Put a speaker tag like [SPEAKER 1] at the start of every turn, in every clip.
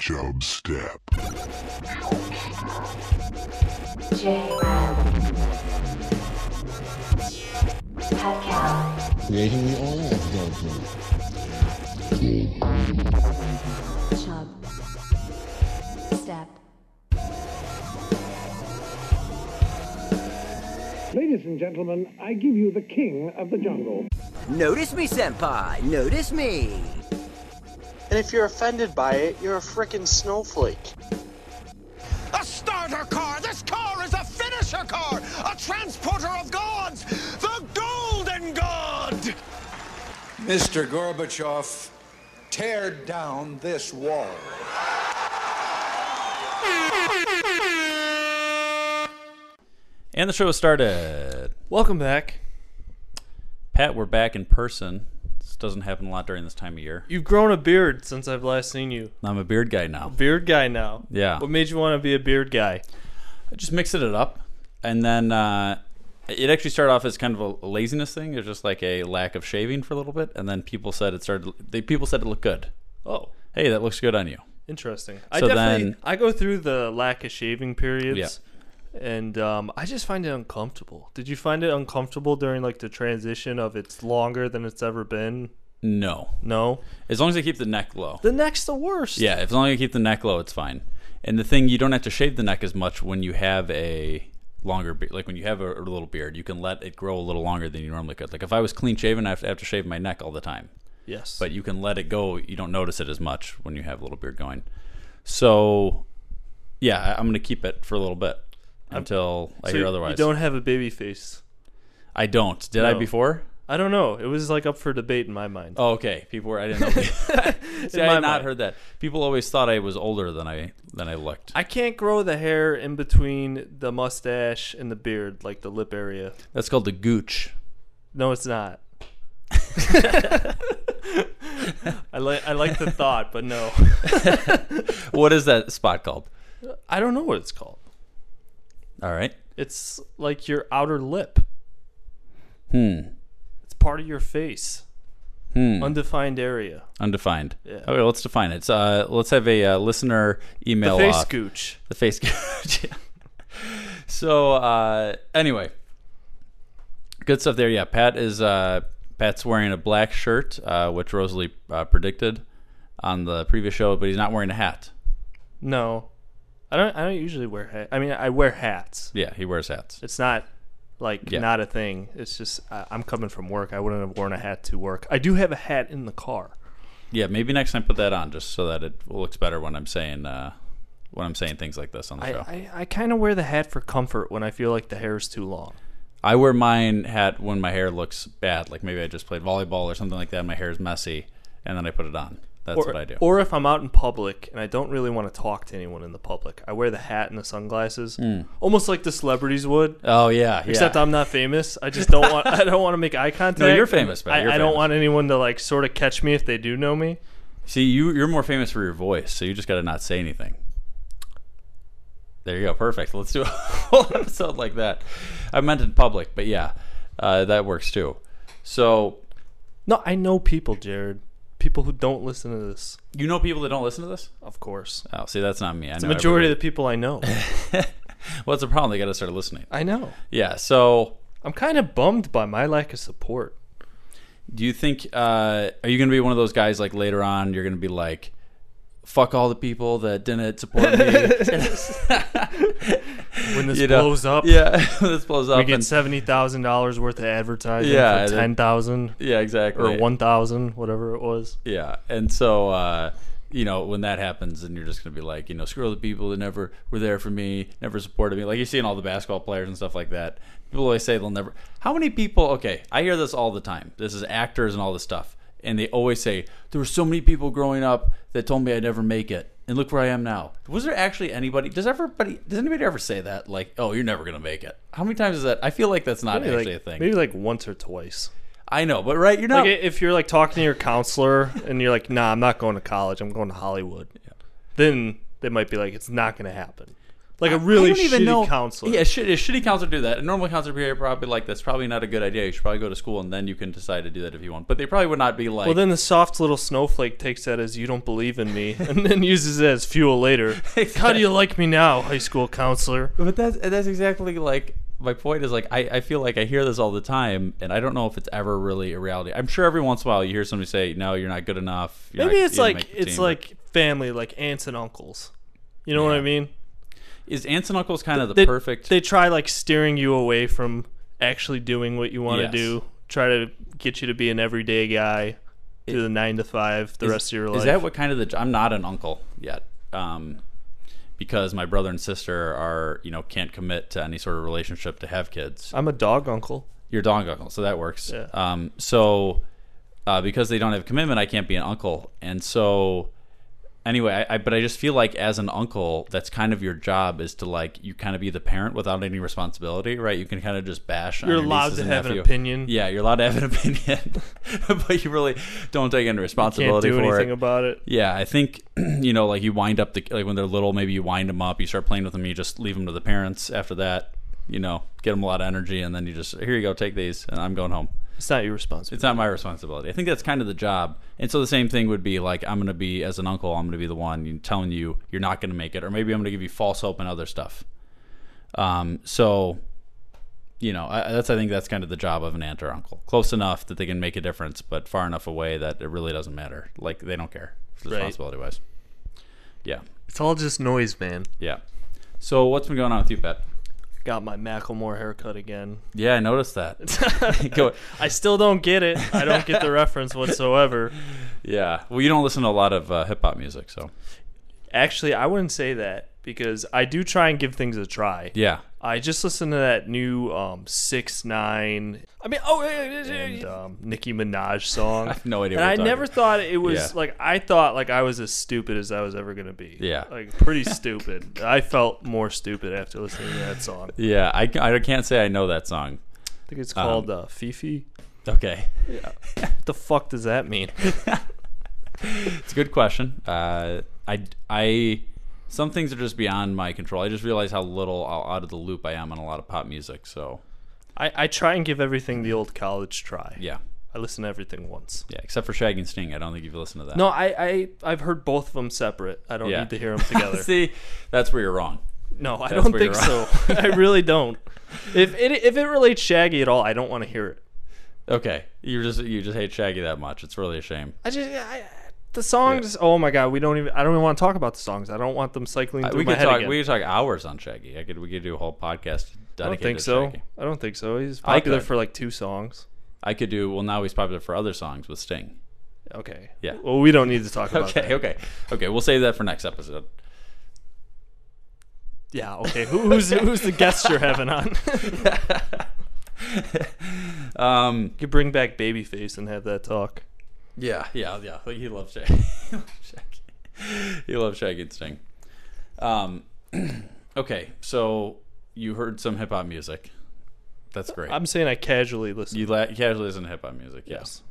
[SPEAKER 1] Job Step.
[SPEAKER 2] J Rob. Pascal.
[SPEAKER 3] creating the oil of
[SPEAKER 2] Chub. Step.
[SPEAKER 4] Ladies and gentlemen, I give you the king of the jungle.
[SPEAKER 5] Notice me, Senpai! Notice me!
[SPEAKER 6] And if you're offended by it, you're a frickin' snowflake.
[SPEAKER 7] A starter car! This car is a finisher car! A transporter of gods! The Golden God!
[SPEAKER 8] Mr. Gorbachev, tear down this wall.
[SPEAKER 9] And the show has started.
[SPEAKER 10] Welcome back.
[SPEAKER 9] Pat, we're back in person. This doesn't happen a lot during this time of year.
[SPEAKER 10] You've grown a beard since I've last seen you.
[SPEAKER 9] I'm a beard guy now.
[SPEAKER 10] Beard guy now.
[SPEAKER 9] Yeah.
[SPEAKER 10] What made you want to be a beard guy?
[SPEAKER 9] I just mixed it up. And then uh, it actually started off as kind of a laziness thing. It was just like a lack of shaving for a little bit. And then people said it started, they, people said it looked good.
[SPEAKER 10] Oh,
[SPEAKER 9] Hey, that looks good on you.
[SPEAKER 10] interesting. I
[SPEAKER 9] So
[SPEAKER 10] definitely
[SPEAKER 9] then-
[SPEAKER 10] I go through the lack of shaving periods. And um, I just find it uncomfortable. Did you find it uncomfortable during like the transition of it's longer than it's ever been?
[SPEAKER 9] No.
[SPEAKER 10] No.
[SPEAKER 9] As long as I keep the neck low.
[SPEAKER 10] The neck's the worst.
[SPEAKER 9] Yeah, as long as you keep the neck low, it's fine. And the thing you don't have to shave the neck as much when you have a longer beard. Like when you have a, a little beard, you can let it grow a little longer than you normally could. Like if I was clean shaven, I have to, have to shave my neck all the time.
[SPEAKER 10] Yes.
[SPEAKER 9] But you can let it go. You don't notice it as much when you have a little beard going. So, yeah, I, I'm going to keep it for a little bit until I
[SPEAKER 10] So
[SPEAKER 9] hear
[SPEAKER 10] you-
[SPEAKER 9] otherwise.
[SPEAKER 10] You don't have a baby face.
[SPEAKER 9] I don't. Did I
[SPEAKER 10] No.
[SPEAKER 9] before?
[SPEAKER 10] I don't know. It was like up for debate in my mind.
[SPEAKER 9] Oh, okay. People were. I didn't. Know. See,
[SPEAKER 10] In
[SPEAKER 9] I
[SPEAKER 10] my
[SPEAKER 9] had not
[SPEAKER 10] mind.
[SPEAKER 9] heard that. People always thought I was older than I than I looked.
[SPEAKER 10] I can't grow the hair in between the mustache and the beard, like the lip area.
[SPEAKER 9] That's called the gooch.
[SPEAKER 10] No, it's not. I like I like the thought, but no.
[SPEAKER 9] What is that spot called?
[SPEAKER 10] I don't know what it's called.
[SPEAKER 9] All right.
[SPEAKER 10] It's like your outer lip.
[SPEAKER 9] Hmm.
[SPEAKER 10] It's part of your face.
[SPEAKER 9] Hmm.
[SPEAKER 10] Undefined area.
[SPEAKER 9] Undefined. Okay, let's define it. So, uh, let's have a uh, listener
[SPEAKER 10] The
[SPEAKER 9] email
[SPEAKER 10] face
[SPEAKER 9] off.
[SPEAKER 10] gooch.
[SPEAKER 9] The face gooch. yeah. So uh, anyway, good stuff there. Yeah, Pat is uh, Pat's wearing a black shirt, uh, which Rosalie uh, predicted on the previous show, but he's not wearing a hat.
[SPEAKER 10] No. I don't I don't usually wear hat. I mean I wear hats.
[SPEAKER 9] Yeah, he wears hats.
[SPEAKER 10] It's not like
[SPEAKER 9] Yeah.
[SPEAKER 10] not a thing. It's just I, I'm coming from work. I wouldn't have worn a hat to work. I do have a hat in the car.
[SPEAKER 9] Yeah, maybe next time put that on just so that it looks better when I'm saying uh, when I'm saying things like this on the
[SPEAKER 10] I,
[SPEAKER 9] show.
[SPEAKER 10] I, I kind of wear the hat for comfort when I feel like the hair is too long.
[SPEAKER 9] I wear mine hat when my hair looks bad, like maybe I just played volleyball or something like that. And my hair is messy, and then I put it on. That's
[SPEAKER 10] or,
[SPEAKER 9] what I do.
[SPEAKER 10] Or if I'm out in public and I don't really want to talk to anyone in the public, I wear the hat and the sunglasses, almost like the celebrities would.
[SPEAKER 9] oh Hmm. yeah, yeah.
[SPEAKER 10] Except I'm not famous. I just don't want. I don't want to make eye contact.
[SPEAKER 9] you're famous, man.
[SPEAKER 10] I,
[SPEAKER 9] You're
[SPEAKER 10] I don't
[SPEAKER 9] famous.
[SPEAKER 10] want anyone to like sort of catch me if they do know me.
[SPEAKER 9] See, you you're more famous for your voice, so you just got to not say anything. There you go, perfect. Let's do a whole episode like that. I meant in public, but yeah, uh, that works too. So
[SPEAKER 10] No, I know people, Jared. People who don't listen to this,
[SPEAKER 9] you know people that don't listen to this?
[SPEAKER 10] of course.
[SPEAKER 9] Oh, see, that's not me. I
[SPEAKER 10] The
[SPEAKER 9] know
[SPEAKER 10] majority of the people I know.
[SPEAKER 9] Of- What's the problem? They got to start listening.
[SPEAKER 10] I know.
[SPEAKER 9] Yeah. So
[SPEAKER 10] I'm kind of bummed by my lack of support.
[SPEAKER 9] Do you think uh, are you going to be one of those guys like later on? You're going to be like, "Fuck all the people that didn't support me."
[SPEAKER 10] When this
[SPEAKER 9] You know,
[SPEAKER 10] blows up,
[SPEAKER 9] yeah, this blows up.
[SPEAKER 10] we get
[SPEAKER 9] and-
[SPEAKER 10] seventy thousand dollars worth of advertising
[SPEAKER 9] Yeah,
[SPEAKER 10] for
[SPEAKER 9] that-
[SPEAKER 10] ten thousand
[SPEAKER 9] yeah, exactly.
[SPEAKER 10] or one thousand, whatever it was.
[SPEAKER 9] Yeah, and so uh, you know when that happens, and you're just going to be like, you know, screw all the people that never were there for me, never supported me. Like you see in all the basketball players and stuff like that. People always say they'll never. How many people? Okay, I hear this all the time. This is actors and all this stuff, and they always say there were so many people growing up that told me I'd never make it. And look where I am now. Was there actually anybody? Does everybody? Does anybody ever say that? Like, oh, you're never gonna make it. How many times is that? I feel like that's not
[SPEAKER 10] Maybe
[SPEAKER 9] actually
[SPEAKER 10] like,
[SPEAKER 9] a thing.
[SPEAKER 10] maybe like once or twice.
[SPEAKER 9] I know, but right, you're not.
[SPEAKER 10] Like i- if you're like talking to your counselor and you're like, "Nah, I'm not going to college. I'm going to Hollywood." Then they might be like, "It's not going to happen." Like a really
[SPEAKER 9] I don't
[SPEAKER 10] shitty
[SPEAKER 9] even know,
[SPEAKER 10] counselor.
[SPEAKER 9] Yeah, shit, a shitty counselor do that. A normal counselor would be probably like that's probably not a good idea. You should probably go to school and then you can decide to do that if you want. But they probably would not be like.
[SPEAKER 10] Well, then the soft little snowflake takes that as you don't believe in me, and then uses it as fuel later. How do you like me now, high school counselor?
[SPEAKER 9] but that's that's exactly like my point is like I, I feel like I hear this all the time, and I don't know if it's ever really a reality. I'm sure every once in a while you hear somebody say, "No, you're not good enough." you're
[SPEAKER 10] Maybe
[SPEAKER 9] not-
[SPEAKER 10] it's
[SPEAKER 9] you didn't
[SPEAKER 10] like
[SPEAKER 9] make the
[SPEAKER 10] it's
[SPEAKER 9] team."
[SPEAKER 10] like family, like aunts and uncles. You know what I mean?
[SPEAKER 9] is aunts and uncles kind of the
[SPEAKER 10] They,
[SPEAKER 9] perfect.
[SPEAKER 10] They try like steering you away from actually doing what you want
[SPEAKER 9] Yes.
[SPEAKER 10] to do. Try to get you to be an everyday guy, do the nine to five the
[SPEAKER 9] Is-
[SPEAKER 10] rest of your life.
[SPEAKER 9] Is that what kind of the? I'm not an uncle yet, um, because my brother and sister are you know can't commit to any sort of relationship to have kids.
[SPEAKER 10] I'm a dog uncle.
[SPEAKER 9] You're dog uncle, so that works.
[SPEAKER 10] Yeah.
[SPEAKER 9] Um, so uh, because they don't have commitment, I can't be an uncle, and so anyway, I, I but I just feel like as an uncle, that's kind of your job is to like you kind of be the parent without any responsibility, right? You can kind of just bash. on
[SPEAKER 10] You're
[SPEAKER 9] your
[SPEAKER 10] allowed
[SPEAKER 9] nieces
[SPEAKER 10] to
[SPEAKER 9] and
[SPEAKER 10] have an
[SPEAKER 9] nephew.
[SPEAKER 10] opinion.
[SPEAKER 9] Yeah, you're allowed to have an opinion, but you really don't take any
[SPEAKER 10] Can't
[SPEAKER 9] responsibility
[SPEAKER 10] do
[SPEAKER 9] for
[SPEAKER 10] anything
[SPEAKER 9] it.
[SPEAKER 10] about it.
[SPEAKER 9] Yeah, I think you know, like you wind up the like when they're little, maybe you wind them up, you start playing with them, you just leave them to the parents. After that, you know, get them a lot of energy, and then you just here you go, take these, and I'm going home.
[SPEAKER 10] It's not your responsibility.
[SPEAKER 9] It's not my responsibility. I think that's kind of the job. And so the same thing would be like I'm going to be as an uncle, I'm going to be the one telling you you're not going to make it, or maybe I'm going to give you false hope and other stuff. Um, so you know, I, that's I think that's kind of the job of an aunt or uncle, close enough that they can make a difference, but far enough away that it really doesn't matter. Like they don't care responsibility wise. Yeah,
[SPEAKER 10] It's all just noise, man.
[SPEAKER 9] yeah. So what's been going on with you, Pat?
[SPEAKER 10] Got my Macklemore haircut again.
[SPEAKER 9] Yeah, I noticed that. Go-
[SPEAKER 10] I still don't get it. I don't get the reference whatsoever.
[SPEAKER 9] yeah. Well, you don't listen to a lot of uh, hip hop music, so
[SPEAKER 10] Actually, I wouldn't say that because I do try and give things a try.
[SPEAKER 9] yeah.
[SPEAKER 10] I just listened to that new um, six nine. I mean, oh, and um, Nicki Minaj song. I
[SPEAKER 9] have no idea
[SPEAKER 10] And
[SPEAKER 9] what
[SPEAKER 10] I
[SPEAKER 9] you're
[SPEAKER 10] never
[SPEAKER 9] talking
[SPEAKER 10] thought it was
[SPEAKER 9] Yeah.
[SPEAKER 10] like I thought like I was as stupid as I was ever gonna be.
[SPEAKER 9] Yeah.
[SPEAKER 10] like pretty stupid. I felt more stupid after listening to that song. I
[SPEAKER 9] Yeah, I, I can't say I know that song.
[SPEAKER 10] think it's called
[SPEAKER 9] Um,
[SPEAKER 10] uh, Fifi.
[SPEAKER 9] Okay.
[SPEAKER 10] What the fuck does that mean?
[SPEAKER 9] It's a good question. Uh, I, I, some things are just beyond my control. I just realize how little how out of the loop I am on a lot of pop music. So,
[SPEAKER 10] I, I try and give everything the old college try.
[SPEAKER 9] yeah.
[SPEAKER 10] I listen to everything once.
[SPEAKER 9] Yeah, except for Shaggy and Sting. I don't think you've listened to that.
[SPEAKER 10] No, I, I I've heard both of them separate. I don't
[SPEAKER 9] Yeah.
[SPEAKER 10] need to hear them together.
[SPEAKER 9] See, that's where you're wrong.
[SPEAKER 10] no, I
[SPEAKER 9] That's
[SPEAKER 10] don't
[SPEAKER 9] where you're
[SPEAKER 10] think so. I really don't. If it if it relates Shaggy at all, I don't want to hear it.
[SPEAKER 9] Okay. You just you just hate Shaggy that much. It's really a shame.
[SPEAKER 10] I just I, the songs. Oh my god, we don't even. I don't even want to talk about the songs. I don't want them cycling through
[SPEAKER 9] Uh, we
[SPEAKER 10] my
[SPEAKER 9] could
[SPEAKER 10] head
[SPEAKER 9] talk
[SPEAKER 10] again.
[SPEAKER 9] we could talk hours on Shaggy. I could we could do a whole podcast dedicated
[SPEAKER 10] I don't think
[SPEAKER 9] to
[SPEAKER 10] so.
[SPEAKER 9] Shaggy.
[SPEAKER 10] I don't think so. He's
[SPEAKER 9] I
[SPEAKER 10] popular
[SPEAKER 9] could.
[SPEAKER 10] for like two songs.
[SPEAKER 9] I could do well now he's popular for other songs with Sting.
[SPEAKER 10] Okay.
[SPEAKER 9] Yeah.
[SPEAKER 10] Well, we don't need to talk about
[SPEAKER 9] Okay,
[SPEAKER 10] that.
[SPEAKER 9] okay. Okay, we'll save that for next episode.
[SPEAKER 10] Yeah. Okay. Who, who's who's the guest you're having on?
[SPEAKER 9] Um
[SPEAKER 10] you bring back Babyface and have that talk.
[SPEAKER 9] Yeah, yeah, yeah. Like, He loves Shaggy. he loves Shaggy. He loves Shaggy and Sting. Um, okay, so you heard some hip hop music. That's great.
[SPEAKER 10] I'm saying I casually listen.
[SPEAKER 9] you la- casually listen to hip hop music. Yes.
[SPEAKER 10] yes.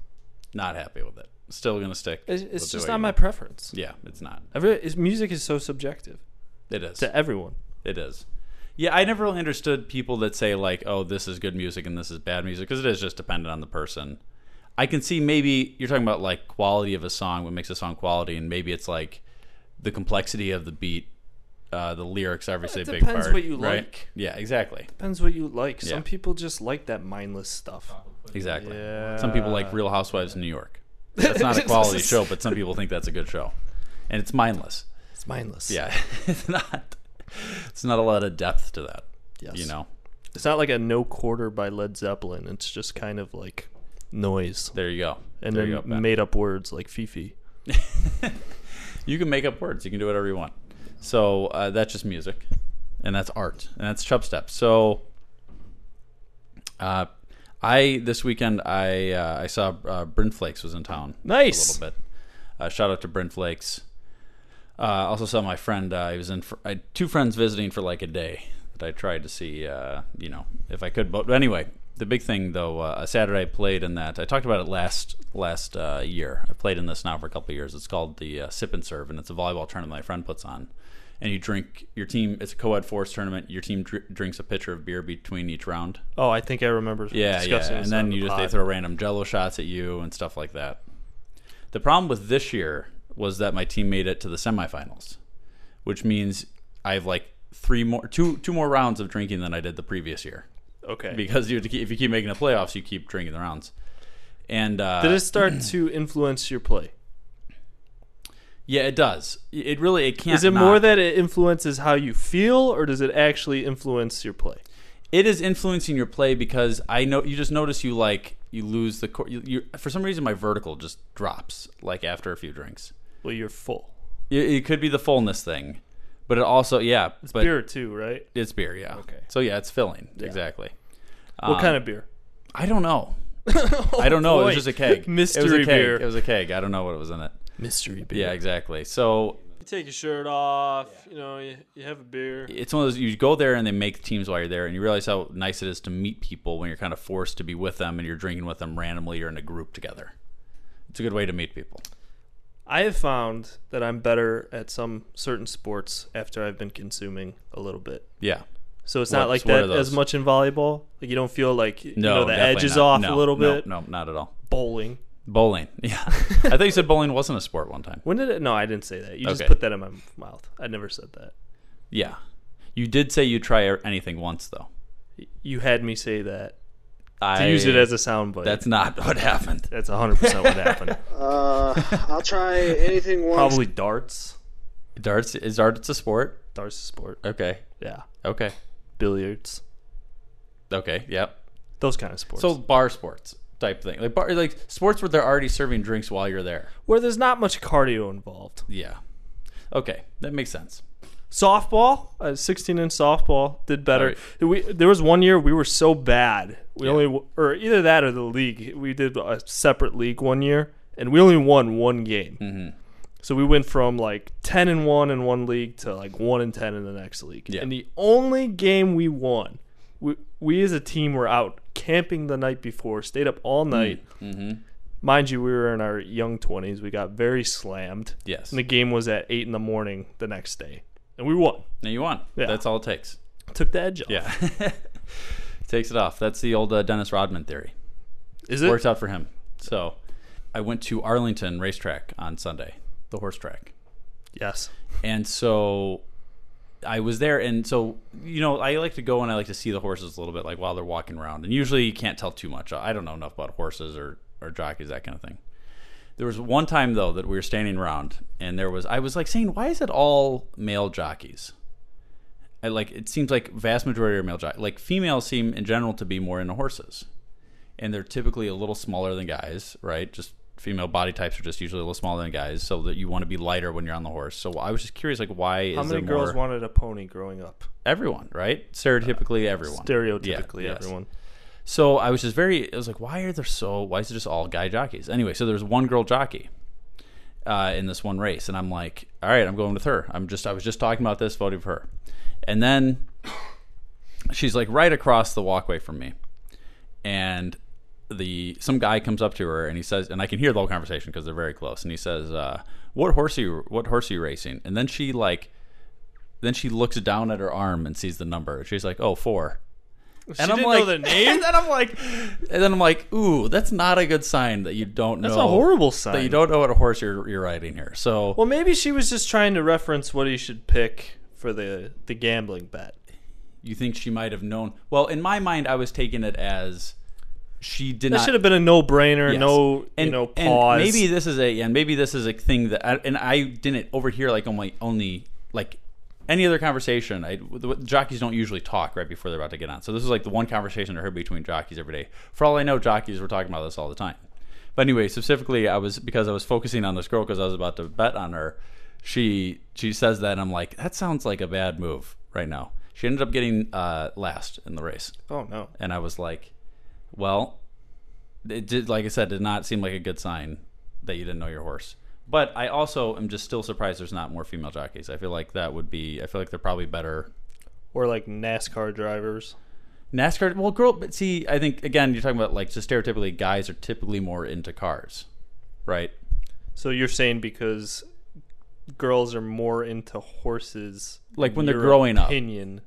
[SPEAKER 9] Not happy with it. Still gonna stick.
[SPEAKER 10] It's,
[SPEAKER 9] with
[SPEAKER 10] it's
[SPEAKER 9] the
[SPEAKER 10] just
[SPEAKER 9] way
[SPEAKER 10] not
[SPEAKER 9] you-
[SPEAKER 10] my preference.
[SPEAKER 9] Yeah, it's not.
[SPEAKER 10] I really, it's, music is so subjective
[SPEAKER 9] It is.
[SPEAKER 10] to everyone.
[SPEAKER 9] It is. Yeah, I never really understood people that say like, "Oh, this is good music and this is bad music," because it is just dependent on the person. I can see maybe you're talking about like quality of a song, what makes a song quality, and maybe it's like the complexity of the beat, uh, the lyrics, obviously
[SPEAKER 10] It
[SPEAKER 9] a big part.
[SPEAKER 10] depends what you
[SPEAKER 9] right?
[SPEAKER 10] like.
[SPEAKER 9] Yeah, exactly,
[SPEAKER 10] Depends what you like.
[SPEAKER 9] Yeah.
[SPEAKER 10] Some people just like that mindless stuff.
[SPEAKER 9] exactly.
[SPEAKER 10] Yeah.
[SPEAKER 9] Some people like Real Housewives of New York. That's not a quality show, but some people think that's a good show, and it's mindless.
[SPEAKER 10] It's mindless.
[SPEAKER 9] Yeah, it's not. It's not a lot of depth to that.
[SPEAKER 10] Yes.
[SPEAKER 9] You know.
[SPEAKER 10] It's not like a No Quarter by Led Zeppelin. It's just kind of like noise
[SPEAKER 9] There you go.
[SPEAKER 10] and
[SPEAKER 9] there
[SPEAKER 10] then
[SPEAKER 9] you go, Pat.
[SPEAKER 10] made up words like Fifi.
[SPEAKER 9] You can make up words. You can do whatever you want. So uh, that's just music, and that's art, and that's chub step. So, uh, I this weekend I uh, I saw uh, Bryn Flakes was in town.
[SPEAKER 10] Nice.
[SPEAKER 9] a little bit. Uh, shout out to Bryn Flakes. Uh, I also saw my friend. Uh, he was in. For, I had two friends visiting for like a day that I tried to see. Uh, you know, if I could. But anyway, the big thing though, uh, Saturday I played in that. I talked about it last last uh, year. I played in this now for a couple of years. It's called the uh, Sip and Serve, and it's a volleyball tournament my friend puts on. And you drink your team. It's a co-ed force tournament. Your team dr- drinks a pitcher of beer between each round.
[SPEAKER 10] Oh, I think I remember.
[SPEAKER 9] Yeah, yeah.
[SPEAKER 10] discussing
[SPEAKER 9] And
[SPEAKER 10] this on
[SPEAKER 9] then
[SPEAKER 10] the
[SPEAKER 9] you just they
[SPEAKER 10] pod.
[SPEAKER 9] throw random Jello shots at you and stuff like that. The problem with this year was that my team made it to the semifinals, which means I have like three more, two two more rounds of drinking than I did the previous year
[SPEAKER 10] okay.
[SPEAKER 9] because you have to keep, if you keep making the playoffs, you keep drinking the rounds. And uh,
[SPEAKER 10] Did it start to influence your play?
[SPEAKER 9] yeah, it does. It really it can't.
[SPEAKER 10] Is it
[SPEAKER 9] not.
[SPEAKER 10] more that it influences how you feel, or does it actually influence your play?
[SPEAKER 9] it is influencing your play because I know you just notice you like you lose the cor- you, you for some reason my vertical just drops like after a few drinks.
[SPEAKER 10] Well, you're full.
[SPEAKER 9] It, it could be the fullness thing, but it also yeah, it's but
[SPEAKER 10] beer too, right?
[SPEAKER 9] it's beer yeah. Okay. So yeah, it's filling exactly. um,
[SPEAKER 10] what kind of beer?
[SPEAKER 9] I don't know. I don't know. It was
[SPEAKER 10] boy.
[SPEAKER 9] just a keg. it was a keg.
[SPEAKER 10] Mystery beer.
[SPEAKER 9] It was a keg. I don't know what it was in it.
[SPEAKER 10] Mystery beer.
[SPEAKER 9] Yeah, exactly. So
[SPEAKER 10] You take your shirt off. You know, you, you have a beer.
[SPEAKER 9] it's one of those you go there and they make teams while you're there and you realize how nice it is to meet people when you're kind of forced to be with them and you're drinking with them randomly or in a group together it's a good way to meet people
[SPEAKER 10] I have found that I'm better at some certain sports after I've been consuming a little bit.
[SPEAKER 9] yeah
[SPEAKER 10] So it's
[SPEAKER 9] What-
[SPEAKER 10] not like
[SPEAKER 9] what are
[SPEAKER 10] that as
[SPEAKER 9] those?
[SPEAKER 10] much in volleyball. Like you don't feel like you
[SPEAKER 9] no
[SPEAKER 10] know the
[SPEAKER 9] definitely
[SPEAKER 10] edge is
[SPEAKER 9] not.
[SPEAKER 10] off
[SPEAKER 9] No,
[SPEAKER 10] a little
[SPEAKER 9] no,
[SPEAKER 10] bit.
[SPEAKER 9] no not at all
[SPEAKER 10] Bowling.
[SPEAKER 9] bowling yeah i think you said bowling wasn't a sport one time
[SPEAKER 10] When did it? No, I didn't say that. You just
[SPEAKER 9] Okay.
[SPEAKER 10] put that in my mouth. I never said that.
[SPEAKER 9] yeah you did say you'd try e-, anything once though
[SPEAKER 10] You had me say that to
[SPEAKER 9] i
[SPEAKER 10] use it as a soundbite.
[SPEAKER 9] that's not what happened
[SPEAKER 10] that's 100 percent what happened.
[SPEAKER 6] I'll try anything once.
[SPEAKER 10] Probably darts.
[SPEAKER 9] darts is darts a sport
[SPEAKER 10] Darts is a sport.
[SPEAKER 9] okay
[SPEAKER 10] Yeah,
[SPEAKER 9] okay
[SPEAKER 10] billiards.
[SPEAKER 9] okay yep
[SPEAKER 10] Those kind of sports.
[SPEAKER 9] so bar sports type thing like bar like sports where they're already serving drinks while you're there
[SPEAKER 10] where there's not much cardio involved.
[SPEAKER 9] Yeah. Okay, that makes sense.
[SPEAKER 10] softball, uh, 16 inch softball did better. We there was one year we were so bad. We only only or either that or the league. We did a separate league one year and we only won one game. So we went from like 10 and 1 in one league to like 1 and 10 in the next league.
[SPEAKER 9] Yeah.
[SPEAKER 10] And the only game we won, we, we as a team were out camping the night before, stayed up all
[SPEAKER 9] Mm.
[SPEAKER 10] night.
[SPEAKER 9] Mm-hmm.
[SPEAKER 10] Mind you, we were in our young 20s. We got very slammed.
[SPEAKER 9] Yes.
[SPEAKER 10] And the game was at 8 in the morning the next day. And we won.
[SPEAKER 9] Now you won.
[SPEAKER 10] Yeah.
[SPEAKER 9] That's all it takes.
[SPEAKER 10] Took the edge off.
[SPEAKER 9] Yeah. Takes it off. That's the old uh, Dennis Rodman theory.
[SPEAKER 10] Is it?
[SPEAKER 9] Worked out for him. So, I went to Arlington Racetrack on Sunday, the horse track.
[SPEAKER 10] Yes.
[SPEAKER 9] and so I was there, and so you know, I like to go and I like to see the horses a little bit, like while they're walking around. And usually, you can't tell too much. I don't know enough about horses or or jockeys, that kind of thing. There was one time though that we were standing around, and there was I was like saying, "Why is it all male jockeys?" I, like it seems like vast majority are male jockeys. Like females seem in general to be more into horses, and they're typically a little smaller than guys, right? Just female body types are just usually a little smaller than guys, so that you want to be lighter when you're on the horse. So I was just curious, like, why
[SPEAKER 10] How
[SPEAKER 9] is
[SPEAKER 10] many
[SPEAKER 9] there
[SPEAKER 10] girls
[SPEAKER 9] more-
[SPEAKER 10] wanted a pony growing up?
[SPEAKER 9] everyone, right? Stereotypically, everyone.
[SPEAKER 10] Uh, Stereotypically,
[SPEAKER 9] Yeah, yes.
[SPEAKER 10] everyone.
[SPEAKER 9] So I was just very, I was like, why are there so, why is it just all guy jockeys? Anyway, so there's one girl jockey uh, in this one race. And I'm like, all right, I'm going with her. I'm just, I was just talking about this, voting for her. And then she's like right across the walkway from me. And the, some guy comes up to her and he says, and I can hear the whole conversation because they're very close. And he says, uh, what horse are you, what horse are you racing? And then she like, then she looks down at her arm and sees the number. She's like, oh, four
[SPEAKER 10] She didn't know the name?
[SPEAKER 9] and then I'm like, and then I'm like, ooh, that's not a good sign that you don't
[SPEAKER 10] That's
[SPEAKER 9] know.
[SPEAKER 10] a horrible sign.
[SPEAKER 9] That you don't know what a horse you're, you're riding here. So
[SPEAKER 10] Well, maybe she was just trying to reference what he should pick for the the gambling bet.
[SPEAKER 9] you think she might have known? Well, in my mind, I was taking it as she did
[SPEAKER 10] That
[SPEAKER 9] not.
[SPEAKER 10] should have been a no brainer.
[SPEAKER 9] Yes.
[SPEAKER 10] No,
[SPEAKER 9] and,
[SPEAKER 10] you know,
[SPEAKER 9] and
[SPEAKER 10] pause.
[SPEAKER 9] maybe this is a and maybe this is a thing that I, and I didn't overhear like only only like any other conversation. I the, the jockeys don't usually talk right before they're about to get on, so this is like the one conversation I heard between jockeys every day. For all I know, jockeys were talking about this all the time. But anyway, specifically, I was because I was focusing on this girl because I was about to bet on her. She she says that and I'm like that sounds like a bad move right now. She ended up getting uh, last in the race
[SPEAKER 10] Oh no.
[SPEAKER 9] and I was like, "Well, it did. Like I said, did not seem like a good sign that you didn't know your horse." But I also am just still surprised there's not more female jockeys. I feel like that would be. I feel like they're probably better.
[SPEAKER 10] Or like NASCAR drivers.
[SPEAKER 9] NASCAR. Well, girl, but see, I think again, you're talking about like just stereotypically, guys are typically more into cars, right?
[SPEAKER 10] So you're saying because girls are more into horses,
[SPEAKER 9] Like, when they're
[SPEAKER 10] your
[SPEAKER 9] growing up.
[SPEAKER 10] opinion.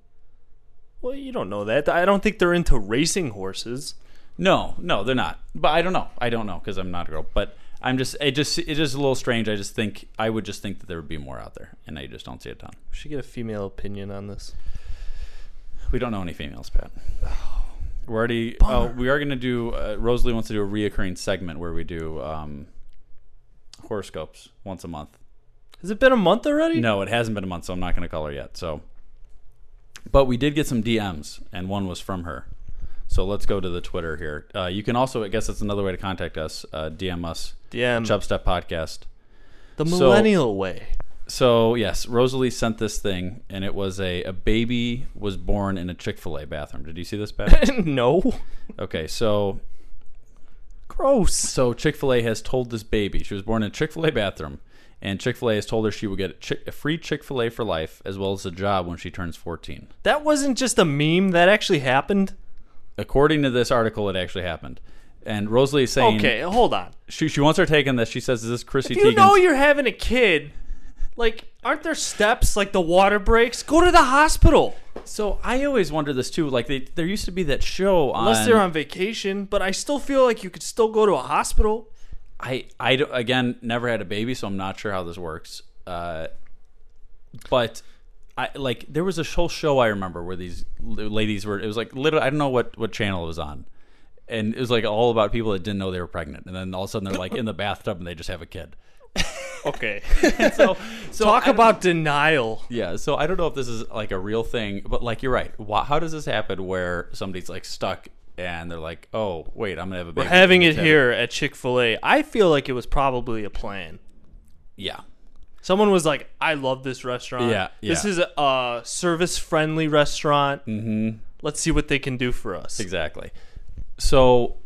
[SPEAKER 10] Well, you don't know that. I don't think they're into racing horses.
[SPEAKER 9] No, no, they're not. But I don't know. I don't know because I'm not a girl. But I'm just it just it is a little strange. I just think I would just think that there would be more out there, and I just don't see a ton.
[SPEAKER 10] We should get a female opinion on this.
[SPEAKER 9] We don't know any females, Pat. We're already. Oh, we are going to do. Uh, Rosalie wants to do a reoccurring segment where we do um, horoscopes once a month.
[SPEAKER 10] Has it been a month already?
[SPEAKER 9] No, it hasn't been a month, so I'm not going to call her yet. So, but we did get some DMs, and one was from her. So let's go to the Twitter here. Uh, you can also, I guess, that's another way to contact us. Uh, DM us.
[SPEAKER 10] DM.
[SPEAKER 9] Chubstep Podcast.
[SPEAKER 10] The
[SPEAKER 9] So-
[SPEAKER 10] millennial way.
[SPEAKER 9] So yes, Rosalie sent this thing, and it was a a baby was born in a Chick fil A bathroom. Did you see this, Pat?
[SPEAKER 10] no.
[SPEAKER 9] okay, so
[SPEAKER 10] Gross.
[SPEAKER 9] So Chick Fil A has told this baby she was born in a Chick Fil A bathroom, and Chick Fil A has told her she will get a, chick, a free Chick Fil A for life as well as a job when she turns fourteen.
[SPEAKER 10] That wasn't just a meme. That actually happened.
[SPEAKER 9] According to this article, it actually happened. And Rosalie is saying
[SPEAKER 10] Okay, hold on.
[SPEAKER 9] she she wants her take on this. She says, "Is this Chrissy
[SPEAKER 10] If you
[SPEAKER 9] Teigen?"
[SPEAKER 10] know you're having a kid, like, aren't there steps like the water breaks? Go to the hospital.
[SPEAKER 9] so I always wonder this too. Like they, there used to be that show on.
[SPEAKER 10] Unless they're on vacation, but I still feel like you could still go to a hospital.
[SPEAKER 9] I I don't- again never had a baby, so I'm not sure how this works. Uh, but I like there was a whole show I remember where these l- ladies were. It was like literally I don't know what what channel it was on, and it was like all about people that didn't know they were pregnant, and then all of a sudden they're like in the bathtub and they just have a kid.
[SPEAKER 10] Okay.
[SPEAKER 9] So so
[SPEAKER 10] Talk
[SPEAKER 9] I don't-
[SPEAKER 10] about denial.
[SPEAKER 9] yeah. So I don't know if this is like a real thing, but like you're right. Why, how does this happen where somebody's like stuck and they're like, oh wait, I'm gonna have a baby.
[SPEAKER 10] Having it
[SPEAKER 9] Just have
[SPEAKER 10] here at Chick fil A, I feel like it was probably a plan.
[SPEAKER 9] Yeah.
[SPEAKER 10] Someone was like, I love this restaurant.
[SPEAKER 9] Yeah,
[SPEAKER 10] This
[SPEAKER 9] yeah.
[SPEAKER 10] is a uh, service friendly restaurant. Mm-hmm. Let's see what they can do for us.
[SPEAKER 9] Exactly. So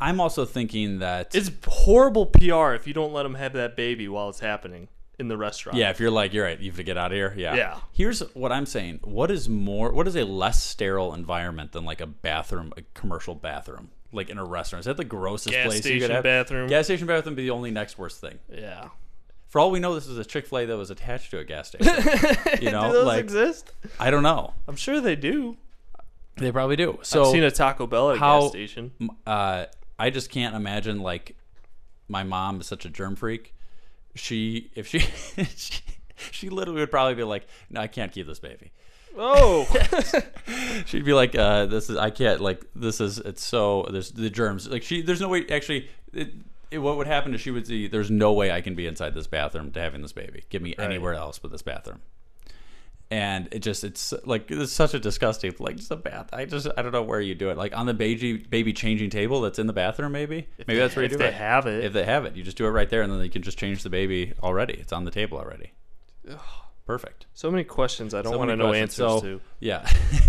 [SPEAKER 9] I'm also thinking that
[SPEAKER 10] It's horrible PR if you don't let them have that baby while it's happening in the restaurant.
[SPEAKER 9] yeah, if you're like you're right, you have to get out of here. Yeah.
[SPEAKER 10] Yeah.
[SPEAKER 9] Here's what I'm saying. What is more what is a less sterile environment than like a bathroom, a commercial bathroom? Like in a restaurant. Is that the grossest
[SPEAKER 10] Gas
[SPEAKER 9] place you could
[SPEAKER 10] station
[SPEAKER 9] have?
[SPEAKER 10] bathroom.
[SPEAKER 9] Gas station bathroom would be the only next worst thing.
[SPEAKER 10] Yeah.
[SPEAKER 9] For all we know, this is a Chick fil A that was attached to a gas station. you know?
[SPEAKER 10] Do those
[SPEAKER 9] like
[SPEAKER 10] exist?
[SPEAKER 9] I don't know.
[SPEAKER 10] I'm sure they do.
[SPEAKER 9] They probably do. So
[SPEAKER 10] I've seen a Taco Bell at a
[SPEAKER 9] how-
[SPEAKER 10] gas station.
[SPEAKER 9] uh, I just can't imagine like my mom is such a germ freak. She if she she, she literally would probably be like, no, I can't keep this baby.
[SPEAKER 10] Oh,
[SPEAKER 9] She'd be like, uh, this is I can't like this is it's so there's the germs like she there's no way actually. It, it, what would happen is she would see there's no way I can be inside this bathroom to having this baby. Give me anywhere else but this bathroom. And it just it's like it's such a disgusting like just a bath. I just I don't know where you do it like on the baby baby changing table that's in the bathroom maybe maybe that's where you
[SPEAKER 10] if
[SPEAKER 9] do
[SPEAKER 10] they
[SPEAKER 9] it
[SPEAKER 10] have it.
[SPEAKER 9] if they have it. You just do it right there, and then you can just change the baby already. It's on the table already. Perfect.
[SPEAKER 10] so many questions I don't
[SPEAKER 9] So
[SPEAKER 10] want to
[SPEAKER 9] many
[SPEAKER 10] know
[SPEAKER 9] questions.
[SPEAKER 10] answers
[SPEAKER 9] So,
[SPEAKER 10] to.
[SPEAKER 9] Yeah.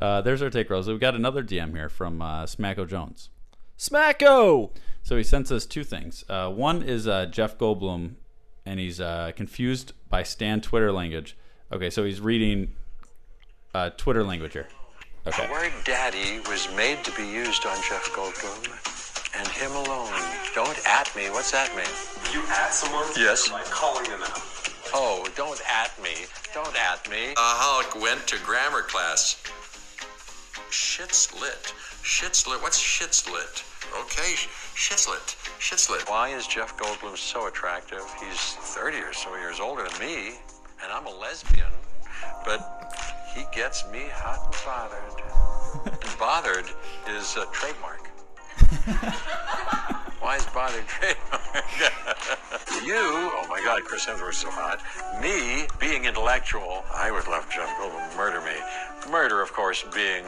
[SPEAKER 9] uh, there's our take, Rosa. We've got another DM here from uh, Smacko Jones.
[SPEAKER 10] Smacko.
[SPEAKER 9] So he sends us two things. Uh, one is uh, Jeff Goldblum, and he's uh, confused by Stan Twitter language. Okay, so he's reading uh, Twitter language here. Okay.
[SPEAKER 1] The word daddy was made to be used on Jeff Goldblum and him alone. Don't at me. What's that mean?
[SPEAKER 11] You at someone?
[SPEAKER 1] Yes.
[SPEAKER 11] By calling them out.
[SPEAKER 1] Oh, don't at me. Don't at me. Uh, Hulk went to grammar class. Shit's lit. Shit's lit. What's shit's lit? Okay, sh- shit's lit. Shit's lit. Why is Jeff Goldblum so attractive? He's 30 or so years older than me, and I'm a lesbian, but he gets me hot and bothered. and bothered is a trademark. Why is bothered trademark? you, oh my God, Chris Hemsworth's so hot. Me, being intellectual, I would love Jeff Goldblum to murder me. Murder, of course, being.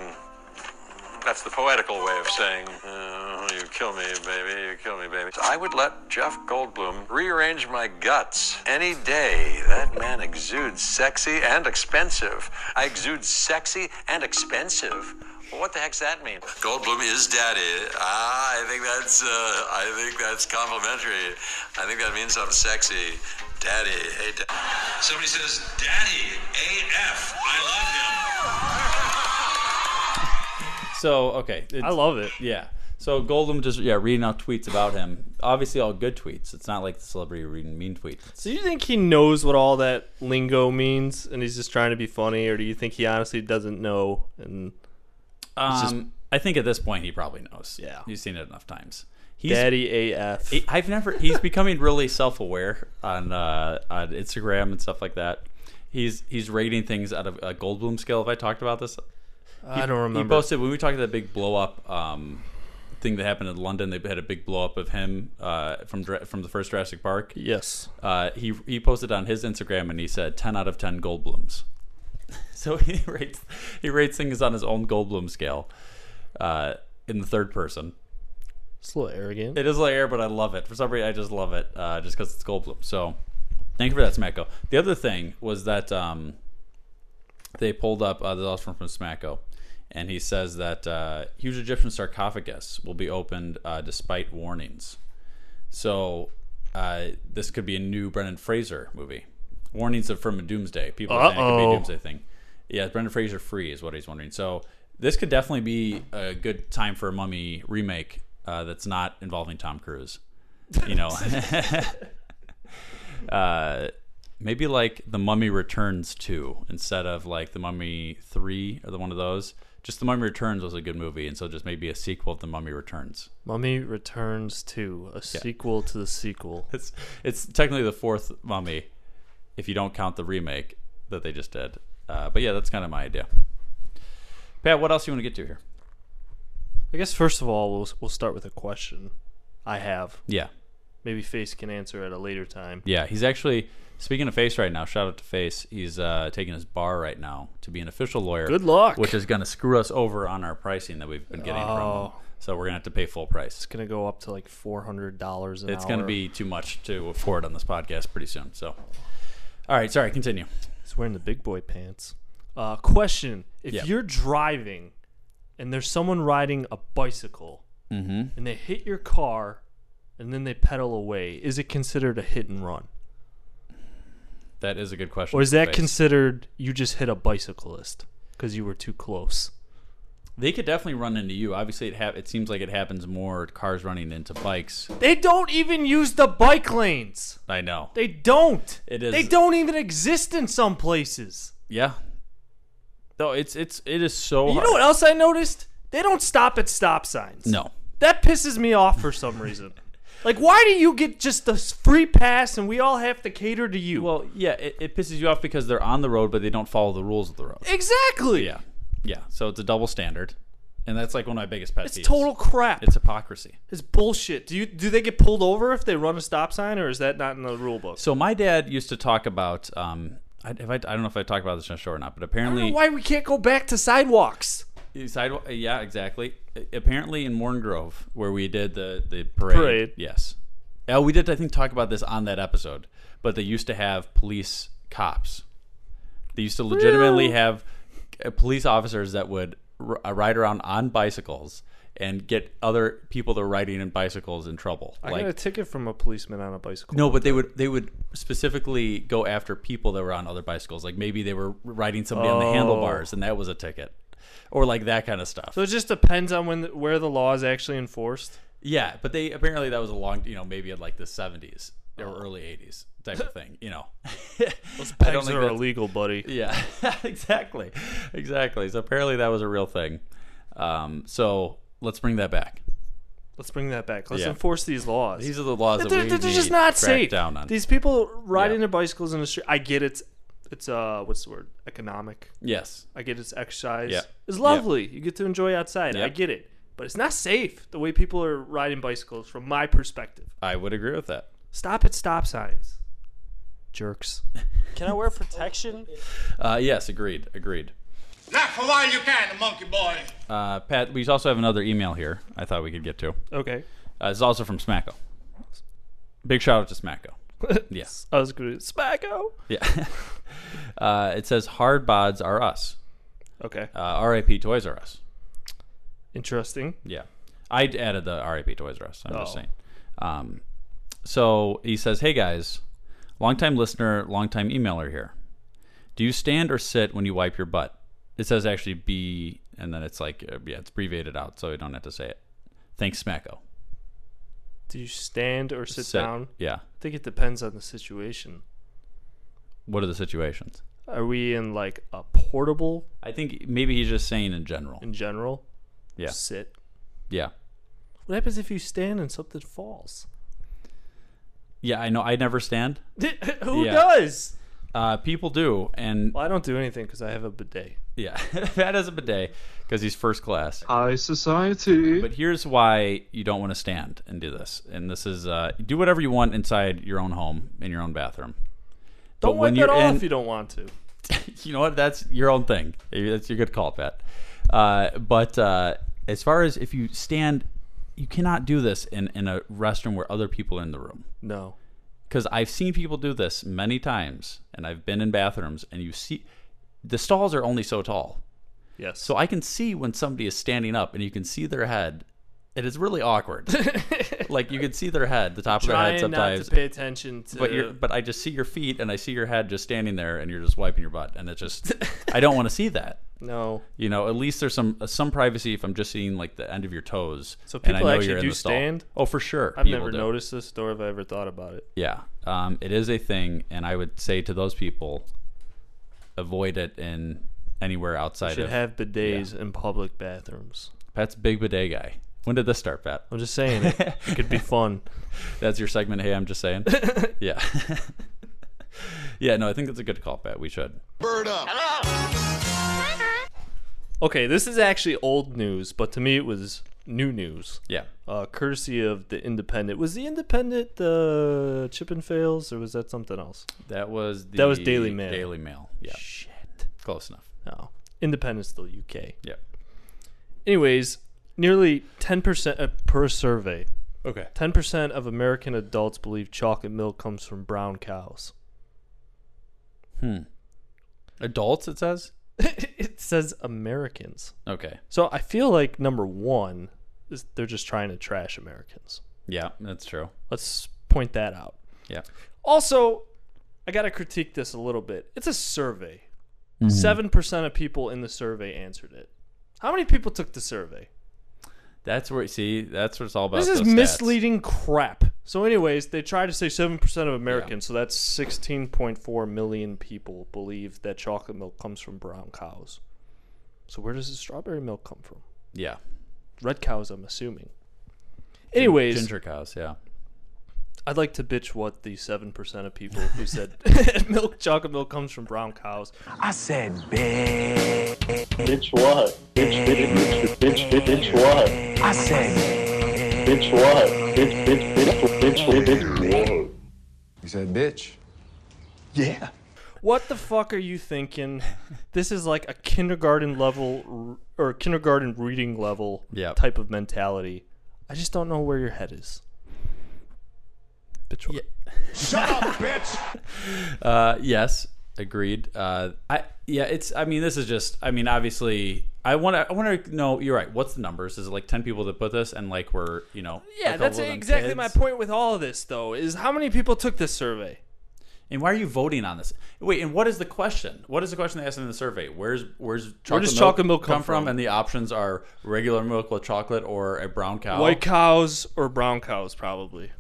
[SPEAKER 1] That's the poetical way of saying, uh, you kill me, baby, you kill me, baby. I would let Jeff Goldblum rearrange my guts any day. That man exudes sexy and expensive. I exude sexy and expensive. Well, what the heck's that mean? Goldblum is daddy. Ah, I think that's uh, I think that's complimentary. I think that means I'm sexy. Daddy, hey. Da- Somebody says, "Daddy, AF, I love him."
[SPEAKER 9] So okay,
[SPEAKER 10] I love it.
[SPEAKER 9] Yeah. So Goldum just yeah reading out tweets about him. Obviously, all good tweets. It's not like the celebrity reading mean tweets.
[SPEAKER 10] So you think he knows what all that lingo means, and he's just trying to be funny, or do you think he honestly doesn't know? And
[SPEAKER 9] Um,
[SPEAKER 10] he's just
[SPEAKER 9] I think at this point he probably knows.
[SPEAKER 10] Yeah.
[SPEAKER 9] he's seen it enough times. He's,
[SPEAKER 10] daddy AF.
[SPEAKER 9] he- I've never. He's becoming really self-aware on uh, on Instagram and stuff like that. He's he's rating things out of a Goldblum scale. If I talked about this,
[SPEAKER 10] I don't
[SPEAKER 9] he
[SPEAKER 10] remember.
[SPEAKER 9] posted when we talked about that big blow up um, thing that happened in London. They had a big blow up of him uh, from Dra- from the first Jurassic Park.
[SPEAKER 10] yes.
[SPEAKER 9] Uh, he he posted on his Instagram and he said ten out of ten Goldblums. so he rates he rates things on his own Goldblum scale, uh, in the third person.
[SPEAKER 10] It's a little arrogant.
[SPEAKER 9] It is like air, but I love it. For some reason, I just love it, uh, just because it's Goldblum. So, thank you for that, Smacko. The other thing was that um, they pulled up uh, the from from Smacko, and he says that uh, huge Egyptian sarcophagus will be opened uh, despite warnings. So, uh, this could be a new Brendan Fraser movie. Warnings of from a doomsday. People are saying it could be
[SPEAKER 10] Uh-oh.
[SPEAKER 9] a doomsday thing. Yeah, Brendan Fraser free is what he's wondering. So this could definitely be a good time for a Mummy remake uh, that's not involving Tom Cruise. You know, uh, maybe like the Mummy Returns two instead of like the Mummy three or the one of those. Just the Mummy Returns was a good movie, and so just maybe a sequel of the Mummy Returns.
[SPEAKER 10] Mummy Returns to a sequel to the sequel.
[SPEAKER 9] It's it's technically the fourth Mummy, if you don't count the remake that they just did. Uh, but yeah, that's kind of my idea. Pat, what else you want to get to here?
[SPEAKER 10] I guess first of all, we'll we'll start with a question. I have
[SPEAKER 9] Yeah.
[SPEAKER 10] maybe Face can answer at a later time.
[SPEAKER 9] Yeah, he's actually speaking of Face right now. Shout out to Face. He's uh, taking his bar right now to be an official lawyer.
[SPEAKER 10] Good luck.
[SPEAKER 9] Which is going to screw us over on our pricing that we've been getting from
[SPEAKER 10] Oh.
[SPEAKER 9] him. So we're going to have to pay full price.
[SPEAKER 10] It's gonna go up to like four hundred dollars an
[SPEAKER 9] It's
[SPEAKER 10] hour.
[SPEAKER 9] going to be too much to afford on this podcast pretty soon. So, all right, sorry, continue.
[SPEAKER 10] He's wearing the big boy pants. Uh, question: If
[SPEAKER 9] Yeah.
[SPEAKER 10] you're driving and there's someone riding a bicycle
[SPEAKER 9] Mm-hmm.
[SPEAKER 10] and they hit your car and then they pedal away, is it considered a hit and run,
[SPEAKER 9] That is a good question.
[SPEAKER 10] or is that
[SPEAKER 9] Face.
[SPEAKER 10] considered you just hit a bicyclist because you were too close?
[SPEAKER 9] they could definitely run into you? Obviously, it hap it seems like it happens more at cars running into bikes.
[SPEAKER 10] They don't even use the bike lanes.
[SPEAKER 9] I know.
[SPEAKER 10] They don't.
[SPEAKER 9] It is-
[SPEAKER 10] They don't even exist in some places.
[SPEAKER 9] Yeah. No, it's it's it is so.
[SPEAKER 10] You
[SPEAKER 9] hard.
[SPEAKER 10] know what else I noticed? They don't stop at stop signs.
[SPEAKER 9] No.
[SPEAKER 10] That pisses me off for some reason. like, why do you get just a free pass and we all have to cater to you?
[SPEAKER 9] Well, yeah, it, it pisses you off because they're on the road, but they don't follow the rules of the road.
[SPEAKER 10] exactly.
[SPEAKER 9] Yeah, yeah. So it's a double standard, and that's like one of my biggest pet
[SPEAKER 10] It's
[SPEAKER 9] peeves.
[SPEAKER 10] total crap.
[SPEAKER 9] It's
[SPEAKER 10] It's,
[SPEAKER 9] hypocrisy.
[SPEAKER 10] bullshit. Do you do they get pulled over if they run a stop sign, or is that not in the rule book?
[SPEAKER 9] So my dad used to talk about. Um, I, if I, I don't know if I talked about this on the show or not, but
[SPEAKER 10] I don't
[SPEAKER 9] apparently,
[SPEAKER 10] know why we can't go back to sidewalks.
[SPEAKER 9] Sidewalk, uh, yeah, exactly. A- Apparently, in Morn Grove, where we did the the parade,
[SPEAKER 10] Parade.
[SPEAKER 9] yes. Oh, we did. I think talk about this on that episode, but they used to have police cops. They used to legitimately have uh, police officers that would r- uh, ride around on bicycles and get other people that are riding in bicycles in trouble.
[SPEAKER 10] I got a ticket from a policeman on a bicycle.
[SPEAKER 9] No, but they would they would specifically go after people that were on other bicycles. Like maybe they were riding somebody
[SPEAKER 10] Oh.
[SPEAKER 9] on the handlebars, and that was a ticket, or like that kind of stuff.
[SPEAKER 10] So it just depends on when where the law is actually enforced.
[SPEAKER 9] yeah, but they apparently that was a long, you know, maybe at like the seventies or
[SPEAKER 10] Oh.
[SPEAKER 9] early eighties type of thing. You know, I don't
[SPEAKER 10] Things
[SPEAKER 9] think
[SPEAKER 10] are
[SPEAKER 9] that's-
[SPEAKER 10] illegal, buddy.
[SPEAKER 9] Yeah, exactly, exactly. So apparently that was a real thing. Um, so let's bring that back.
[SPEAKER 10] Let's bring that back. Let's
[SPEAKER 9] Yeah.
[SPEAKER 10] enforce these laws.
[SPEAKER 9] These are the laws that
[SPEAKER 10] they're,
[SPEAKER 9] we
[SPEAKER 10] they're
[SPEAKER 9] need
[SPEAKER 10] just not
[SPEAKER 9] to crack
[SPEAKER 10] safe.
[SPEAKER 9] down on.
[SPEAKER 10] These people riding
[SPEAKER 9] Yeah.
[SPEAKER 10] their bicycles in the street. I get it's it's uh what's the word economic.
[SPEAKER 9] yes,
[SPEAKER 10] I get it's exercise.
[SPEAKER 9] Yeah.
[SPEAKER 10] It's
[SPEAKER 9] Yeah.
[SPEAKER 10] lovely. You get to enjoy outside.
[SPEAKER 9] Yeah.
[SPEAKER 10] I get it, but it's not safe the way people are riding bicycles. From my perspective,
[SPEAKER 9] I would agree with that.
[SPEAKER 10] stop at stop signs, jerks.
[SPEAKER 6] Can I wear protection?
[SPEAKER 9] Uh, yes, agreed, agreed.
[SPEAKER 7] Not for while you can, monkey boy.
[SPEAKER 9] Uh, Pat, we also have another email here. I thought we could get to.
[SPEAKER 10] Okay,
[SPEAKER 9] Uh, it's also from Smacko. Big shout out to Smacko. Yes.
[SPEAKER 10] I was gonna smacko.
[SPEAKER 9] Yeah. uh, it says hard bods are us.
[SPEAKER 10] Okay,
[SPEAKER 9] Uh, RIP Toys R Us.
[SPEAKER 10] interesting.
[SPEAKER 9] Yeah. I added the RIP Toys R Us. I'm just
[SPEAKER 10] Oh.
[SPEAKER 9] saying. Um, so he says, "Hey guys, longtime listener, longtime emailer here. Do you stand or sit when you wipe your butt? It says actually B, and then it's like uh, yeah, it's abbreviated out, so you don't have to say it. Thanks, Smacko.
[SPEAKER 10] Do you stand or sit,
[SPEAKER 9] Sit,
[SPEAKER 10] down?
[SPEAKER 9] yeah.
[SPEAKER 10] I think it depends on the situation.
[SPEAKER 9] What are the situations?
[SPEAKER 10] Are we in like a portable
[SPEAKER 9] I think maybe he's just saying in general.
[SPEAKER 10] in general?
[SPEAKER 9] Yeah,
[SPEAKER 10] Sit.
[SPEAKER 9] yeah,
[SPEAKER 10] What happens if you stand and something falls?
[SPEAKER 9] yeah. I know. I never stand.
[SPEAKER 10] Who
[SPEAKER 9] Yeah.
[SPEAKER 10] does?
[SPEAKER 9] Uh, people do, and
[SPEAKER 10] Well, I don't do anything because I have a bidet.
[SPEAKER 9] yeah, that is a bidet because he's first class.
[SPEAKER 12] High society.
[SPEAKER 9] But here's why you don't want to stand and do this. And this is uh, do whatever you want inside your own home in your own bathroom. But
[SPEAKER 10] Don't wipe that off if you don't want to.
[SPEAKER 9] you know what? That's your own thing. That's your good call, Pat. Uh, but uh, as far as if you stand, you cannot do this in, in a restroom where other people are in the room.
[SPEAKER 10] No.
[SPEAKER 9] Because I've seen people do this many times, and I've been in bathrooms, and you see the stalls are only so tall.
[SPEAKER 10] Yes.
[SPEAKER 9] So I can see when somebody is standing up, and you can see their head. It is really awkward. like you can see their head, the top of their head
[SPEAKER 10] Trying not
[SPEAKER 9] sometimes.
[SPEAKER 10] to pay attention to.
[SPEAKER 9] But you're, but I just see your feet and I see your head just standing there and you're just wiping your butt and it just I don't want to see that.
[SPEAKER 10] no.
[SPEAKER 9] You know, at least there's some some privacy if I'm just seeing like the end of your toes.
[SPEAKER 10] So
[SPEAKER 9] and I
[SPEAKER 10] people
[SPEAKER 9] know
[SPEAKER 10] actually
[SPEAKER 9] you're in
[SPEAKER 10] do
[SPEAKER 9] the stall.
[SPEAKER 10] stand.
[SPEAKER 9] Oh, for sure.
[SPEAKER 10] I've
[SPEAKER 9] people
[SPEAKER 10] never
[SPEAKER 9] do.
[SPEAKER 10] noticed this, nor have I ever thought about it.
[SPEAKER 9] Yeah, um, it is a thing, and I would say to those people, avoid it in anywhere
[SPEAKER 10] I
[SPEAKER 9] outside.
[SPEAKER 10] should
[SPEAKER 9] of,
[SPEAKER 10] have bidets in public bathrooms.
[SPEAKER 9] Pat's big bidet guy. When did this start, Pat?
[SPEAKER 10] I'm just saying it, it could be fun.
[SPEAKER 9] That's your segment. Hey, I'm just saying. yeah. yeah. No, I think that's a good call, Pat. We should.
[SPEAKER 7] Bird up.
[SPEAKER 10] Okay, this is actually old news, but to me it was new news.
[SPEAKER 9] Yeah.
[SPEAKER 10] Uh, courtesy of the Independent. Was the Independent uh, Chip and Fails, or was that something else?
[SPEAKER 9] That was the
[SPEAKER 10] That was Daily Mail.
[SPEAKER 9] Daily Mail. Yeah.
[SPEAKER 10] Shit.
[SPEAKER 9] Close enough.
[SPEAKER 10] No. Independent's still UK.
[SPEAKER 9] Yeah.
[SPEAKER 10] Anyways, nearly 10% uh, per survey.
[SPEAKER 9] Okay.
[SPEAKER 10] 10% of American adults believe chocolate milk comes from brown cows.
[SPEAKER 9] Hmm. Adults, it says.
[SPEAKER 10] it says Americans.
[SPEAKER 9] Okay.
[SPEAKER 10] So I feel like number one is they're just trying to trash Americans.
[SPEAKER 9] Yeah, that's true.
[SPEAKER 10] Let's point that out.
[SPEAKER 9] Yeah.
[SPEAKER 10] Also, I got to critique this a little bit. It's a survey.
[SPEAKER 9] Mm-hmm.
[SPEAKER 10] 7% of people in the survey answered it. How many people took the survey?
[SPEAKER 9] That's where see. That's what it's all about.
[SPEAKER 10] This is
[SPEAKER 9] those stats.
[SPEAKER 10] misleading crap. So, anyways, they try to say 7% of Americans, so that's 16.4 million people believe that chocolate milk comes from brown cows. So, where does the strawberry milk come from?
[SPEAKER 9] Yeah.
[SPEAKER 10] Red cows, I'm assuming.
[SPEAKER 9] Gin-
[SPEAKER 10] Anyways,
[SPEAKER 9] ginger cows. Yeah.
[SPEAKER 10] I'd like to bitch what the 7% of people who said milk, chocolate milk comes from brown cows.
[SPEAKER 7] I said, bitch.
[SPEAKER 11] Bitch what? Bitch, bitch, bitch, bitch, bitch, bitch what?
[SPEAKER 7] I said,
[SPEAKER 11] Bitch what? Bitch, bitch, bitch, bitch, bitch, bitch what?
[SPEAKER 8] You said bitch.
[SPEAKER 7] yeah.
[SPEAKER 10] What the fuck are you thinking? This is like a kindergarten level r- or kindergarten reading level
[SPEAKER 9] Yeah.
[SPEAKER 10] type of mentality. I just don't know where your head is.
[SPEAKER 9] Bitch.
[SPEAKER 7] Shut up, bitch.
[SPEAKER 9] Uh, yes, agreed. Uh, I yeah, it's. I mean, this is just. I mean, obviously, I want to. I want to know. You're right. What's the numbers? Is it like ten people that put this, and like we're you know?
[SPEAKER 10] Yeah,
[SPEAKER 9] a
[SPEAKER 10] that's
[SPEAKER 9] couple of them
[SPEAKER 10] exactly my
[SPEAKER 9] kids?
[SPEAKER 10] point with all of this, though, is how many people took this survey?
[SPEAKER 9] And why are you voting on this? Wait, and what is the question? What is the question they asked in the survey? Where's where's chocolate
[SPEAKER 10] does
[SPEAKER 9] milk
[SPEAKER 10] chocolate milk come
[SPEAKER 9] from?
[SPEAKER 10] from?
[SPEAKER 9] And the options are regular milk with chocolate or a brown cow.
[SPEAKER 10] White cows or brown cows, probably.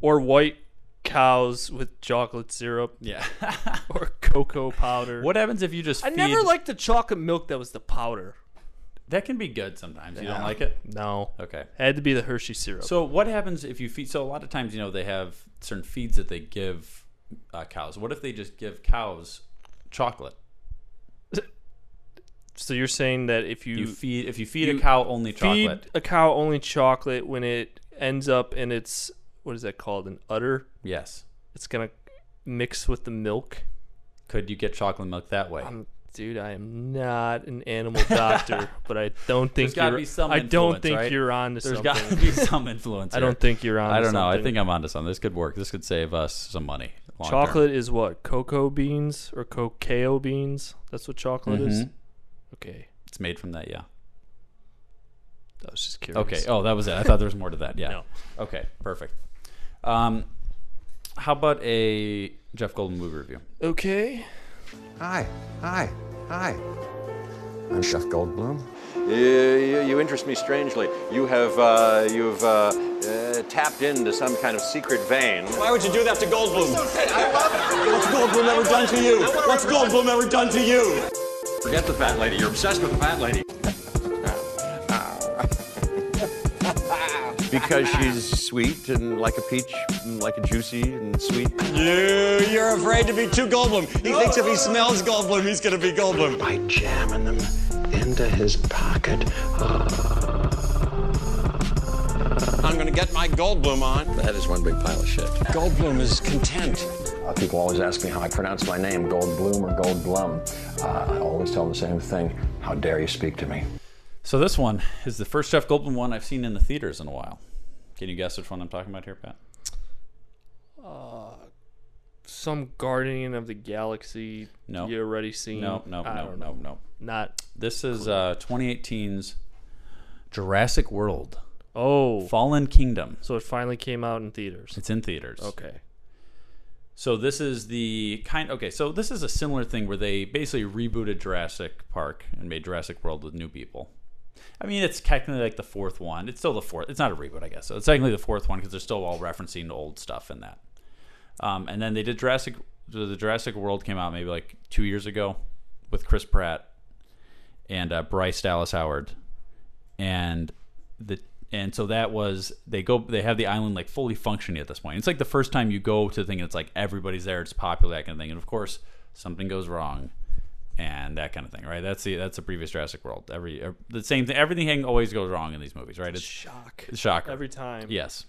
[SPEAKER 10] Or white cows with chocolate syrup
[SPEAKER 9] yeah.
[SPEAKER 10] or cocoa powder.
[SPEAKER 9] what happens if you just?
[SPEAKER 10] I
[SPEAKER 9] feed,
[SPEAKER 10] never liked the chocolate milk that was the powder.
[SPEAKER 9] that. Can be good sometimes. You don't like it?
[SPEAKER 10] No.
[SPEAKER 9] Okay.
[SPEAKER 10] Had to be the Hershey syrup.
[SPEAKER 9] So what happens if you feed? So a lot of times, you know, they have certain feeds that they give uh, cows. What if they just give cows chocolate?
[SPEAKER 10] So you're saying that if you,
[SPEAKER 9] You feed if you feed
[SPEAKER 10] you
[SPEAKER 9] a cow only chocolate.
[SPEAKER 10] feed a cow only chocolate, when it ends up in its what is that called an udder,
[SPEAKER 9] Yes.
[SPEAKER 10] it's gonna mix with the milk.
[SPEAKER 9] Could you get chocolate milk that way?
[SPEAKER 10] Um, Dude, I am not an animal doctor, but I don't think
[SPEAKER 9] There's got to
[SPEAKER 10] you're.
[SPEAKER 9] be some.
[SPEAKER 10] I don't
[SPEAKER 9] influence,
[SPEAKER 10] think
[SPEAKER 9] right?
[SPEAKER 10] you're on to
[SPEAKER 9] There's
[SPEAKER 10] something.
[SPEAKER 9] got to be some influence.
[SPEAKER 10] I don't
[SPEAKER 9] here.
[SPEAKER 10] think you're on.
[SPEAKER 9] I don't know. I think I'm onto something. This could work. This could save us some money. long term.
[SPEAKER 10] chocolate is what cocoa beans or cacao beans. That's what chocolate is.
[SPEAKER 9] Mhm.
[SPEAKER 10] Okay,
[SPEAKER 9] It's made from that. Yeah.
[SPEAKER 10] I was just curious.
[SPEAKER 9] Okay. Oh, that was it. I thought there was more to that. Yeah.
[SPEAKER 10] No.
[SPEAKER 9] Okay. Perfect. Um, how about a Jeff Golden movie review?
[SPEAKER 10] Okay.
[SPEAKER 8] Hi. Hi. Hi.
[SPEAKER 12] I'm Jeff Goldblum.
[SPEAKER 1] You, you, you interest me strangely. You have uh, you've uh, uh, tapped into some kind of secret vein.
[SPEAKER 13] Why would you do that to Goldblum? What's Goldblum ever done to you? What's Goldblum ever done to you?
[SPEAKER 1] Forget the fat lady. You're obsessed with the fat lady.
[SPEAKER 12] Because she's sweet and like a peach, and like a juicy and sweet.
[SPEAKER 13] You, you're afraid to be too Goldblum. He thinks if he smells Goldblum, he's gonna be Goldblum.
[SPEAKER 14] By jamming them into his pocket.
[SPEAKER 13] I'm gonna get my Goldblum on.
[SPEAKER 12] That is one big pile of shit.
[SPEAKER 13] Goldblum is content.
[SPEAKER 12] Uh, people always ask me how I pronounce my name, Goldblum or Goldblum. Uh, I always tell them the same thing. How dare you speak to me?
[SPEAKER 9] So this one is the first Jeff Goldblum one I've seen in the theaters in a while. Can you guess which one I'm talking about here, Pat?
[SPEAKER 10] Uh, some Guardian of the Galaxy.
[SPEAKER 9] No.
[SPEAKER 10] You already seen?
[SPEAKER 9] No, no,
[SPEAKER 10] Mm, I
[SPEAKER 9] no,
[SPEAKER 10] don't
[SPEAKER 9] no,
[SPEAKER 10] know.
[SPEAKER 9] no.
[SPEAKER 10] Not.
[SPEAKER 9] This is uh, 2018's Jurassic World.
[SPEAKER 10] Oh.
[SPEAKER 9] Fallen Kingdom.
[SPEAKER 10] So it finally came out in theaters.
[SPEAKER 9] It's in theaters.
[SPEAKER 10] Okay.
[SPEAKER 9] So this is the kind. Okay, so this is a similar thing where they basically rebooted Jurassic Park and made Jurassic World with new people. I mean, it's technically like the fourth one. It's still the fourth. It's not a reboot, I guess. So it's technically the fourth one because they're still all referencing old stuff in that. Um, and then they did Jurassic. The the Jurassic World came out maybe like two years ago with Chris Pratt and uh, Bryce Dallas Howard, and the and so that was they go they have the island like fully functioning at this point. It's like the first time you go to the thing. It's like everybody's there. It's popular that kind of thing. And of course, something goes wrong and that kind of thing, right? That's the that's the previous Jurassic World. Every er, the same thing. Everything always goes wrong in these movies, right? It's
[SPEAKER 10] shock.
[SPEAKER 9] shocker
[SPEAKER 10] Every time.
[SPEAKER 9] Yes.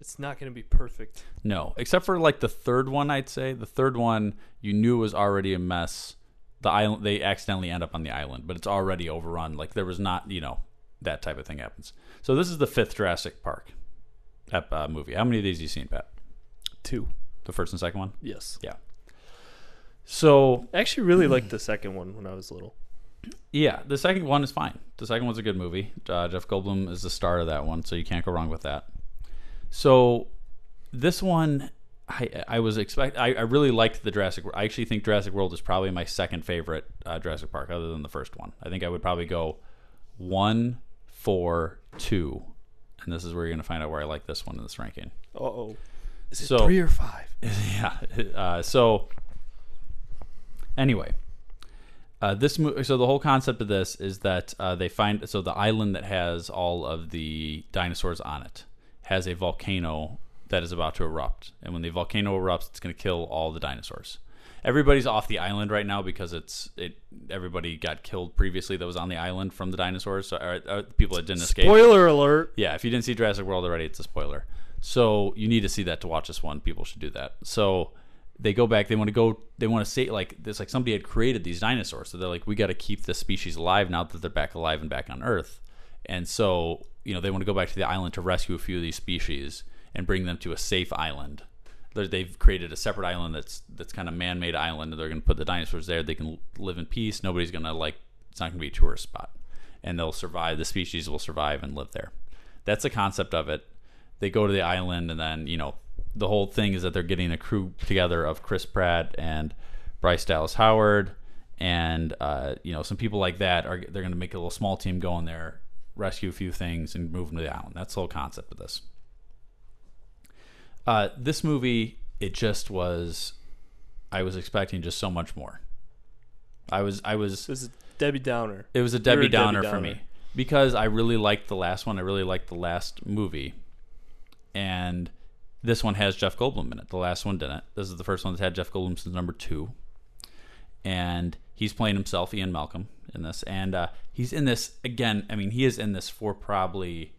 [SPEAKER 10] It's not going to be perfect.
[SPEAKER 9] No, except for like the third one, I'd say the third one you knew was already a mess. The island they accidentally end up on the island, but it's already overrun. Like there was not, you know, that type of thing happens. So this is the fifth Jurassic Park ep- uh, movie. How many of these have you seen, Pat?
[SPEAKER 10] Two.
[SPEAKER 9] The first and second one.
[SPEAKER 10] Yes.
[SPEAKER 9] Yeah. So
[SPEAKER 10] I actually really liked the second one when I was little.
[SPEAKER 9] Yeah, the second one is fine. The second one's a good movie. Uh, Jeff Goldblum is the star of that one, so you can't go wrong with that. So this one, I I was expect I, I really liked the Jurassic. Wor- I actually think Jurassic World is probably my second favorite uh, Jurassic Park, other than the first one. I think I would probably go one, four, two, and this is where you're gonna find out where I like this one in this ranking.
[SPEAKER 10] Uh oh. Is it
[SPEAKER 9] So-
[SPEAKER 10] three or five?
[SPEAKER 9] yeah. Uh, so anyway, uh, this mo- so the whole concept of this is that uh, they find so the island that has all of the dinosaurs on it has a volcano that is about to erupt, and when the volcano erupts, it's going to kill all the dinosaurs. Everybody's off the island right now because it's it. Everybody got killed previously that was on the island from the dinosaurs. So or, or people that didn't escape.
[SPEAKER 10] Spoiler alert.
[SPEAKER 9] Yeah, if you didn't see Jurassic World already, it's a spoiler. So you need to see that to watch this one. People should do that. So they go back. They want to go. They want to say like this. Like somebody had created these dinosaurs. So they're like, we got to keep this species alive now that they're back alive and back on Earth. And so you know they want to go back to the island to rescue a few of these species and bring them to a safe island. They're- They've created a separate island that's that's kind of man-made island. And they're going to put the dinosaurs there. They can live in peace. Nobody's going to like. It's not going to be a tourist spot. And they'll survive. The species will survive and live there that's the concept of it. They go to the island, and then you know the whole thing is that they're getting a crew together of Chris Pratt and Bryce Dallas Howard, and uh, you know some people like that are they're going to make a little small team go in there, rescue a few things, and move them to the island. That's the whole concept of this. Uh, this movie, it just was. I was expecting just so much more. I was I was
[SPEAKER 10] This is Debbie Downer.
[SPEAKER 9] it was a
[SPEAKER 10] You're
[SPEAKER 9] Debbie, Downer, for me because I really liked the last one. I really liked the last movie, and this one has Jeff Goldblum in it. The last one didn't. This is the first one that's had Jeff Goldblum since number two, and he's playing himself, Ian Malcolm, in this. And uh, he's in this again. I mean, he is in this for probably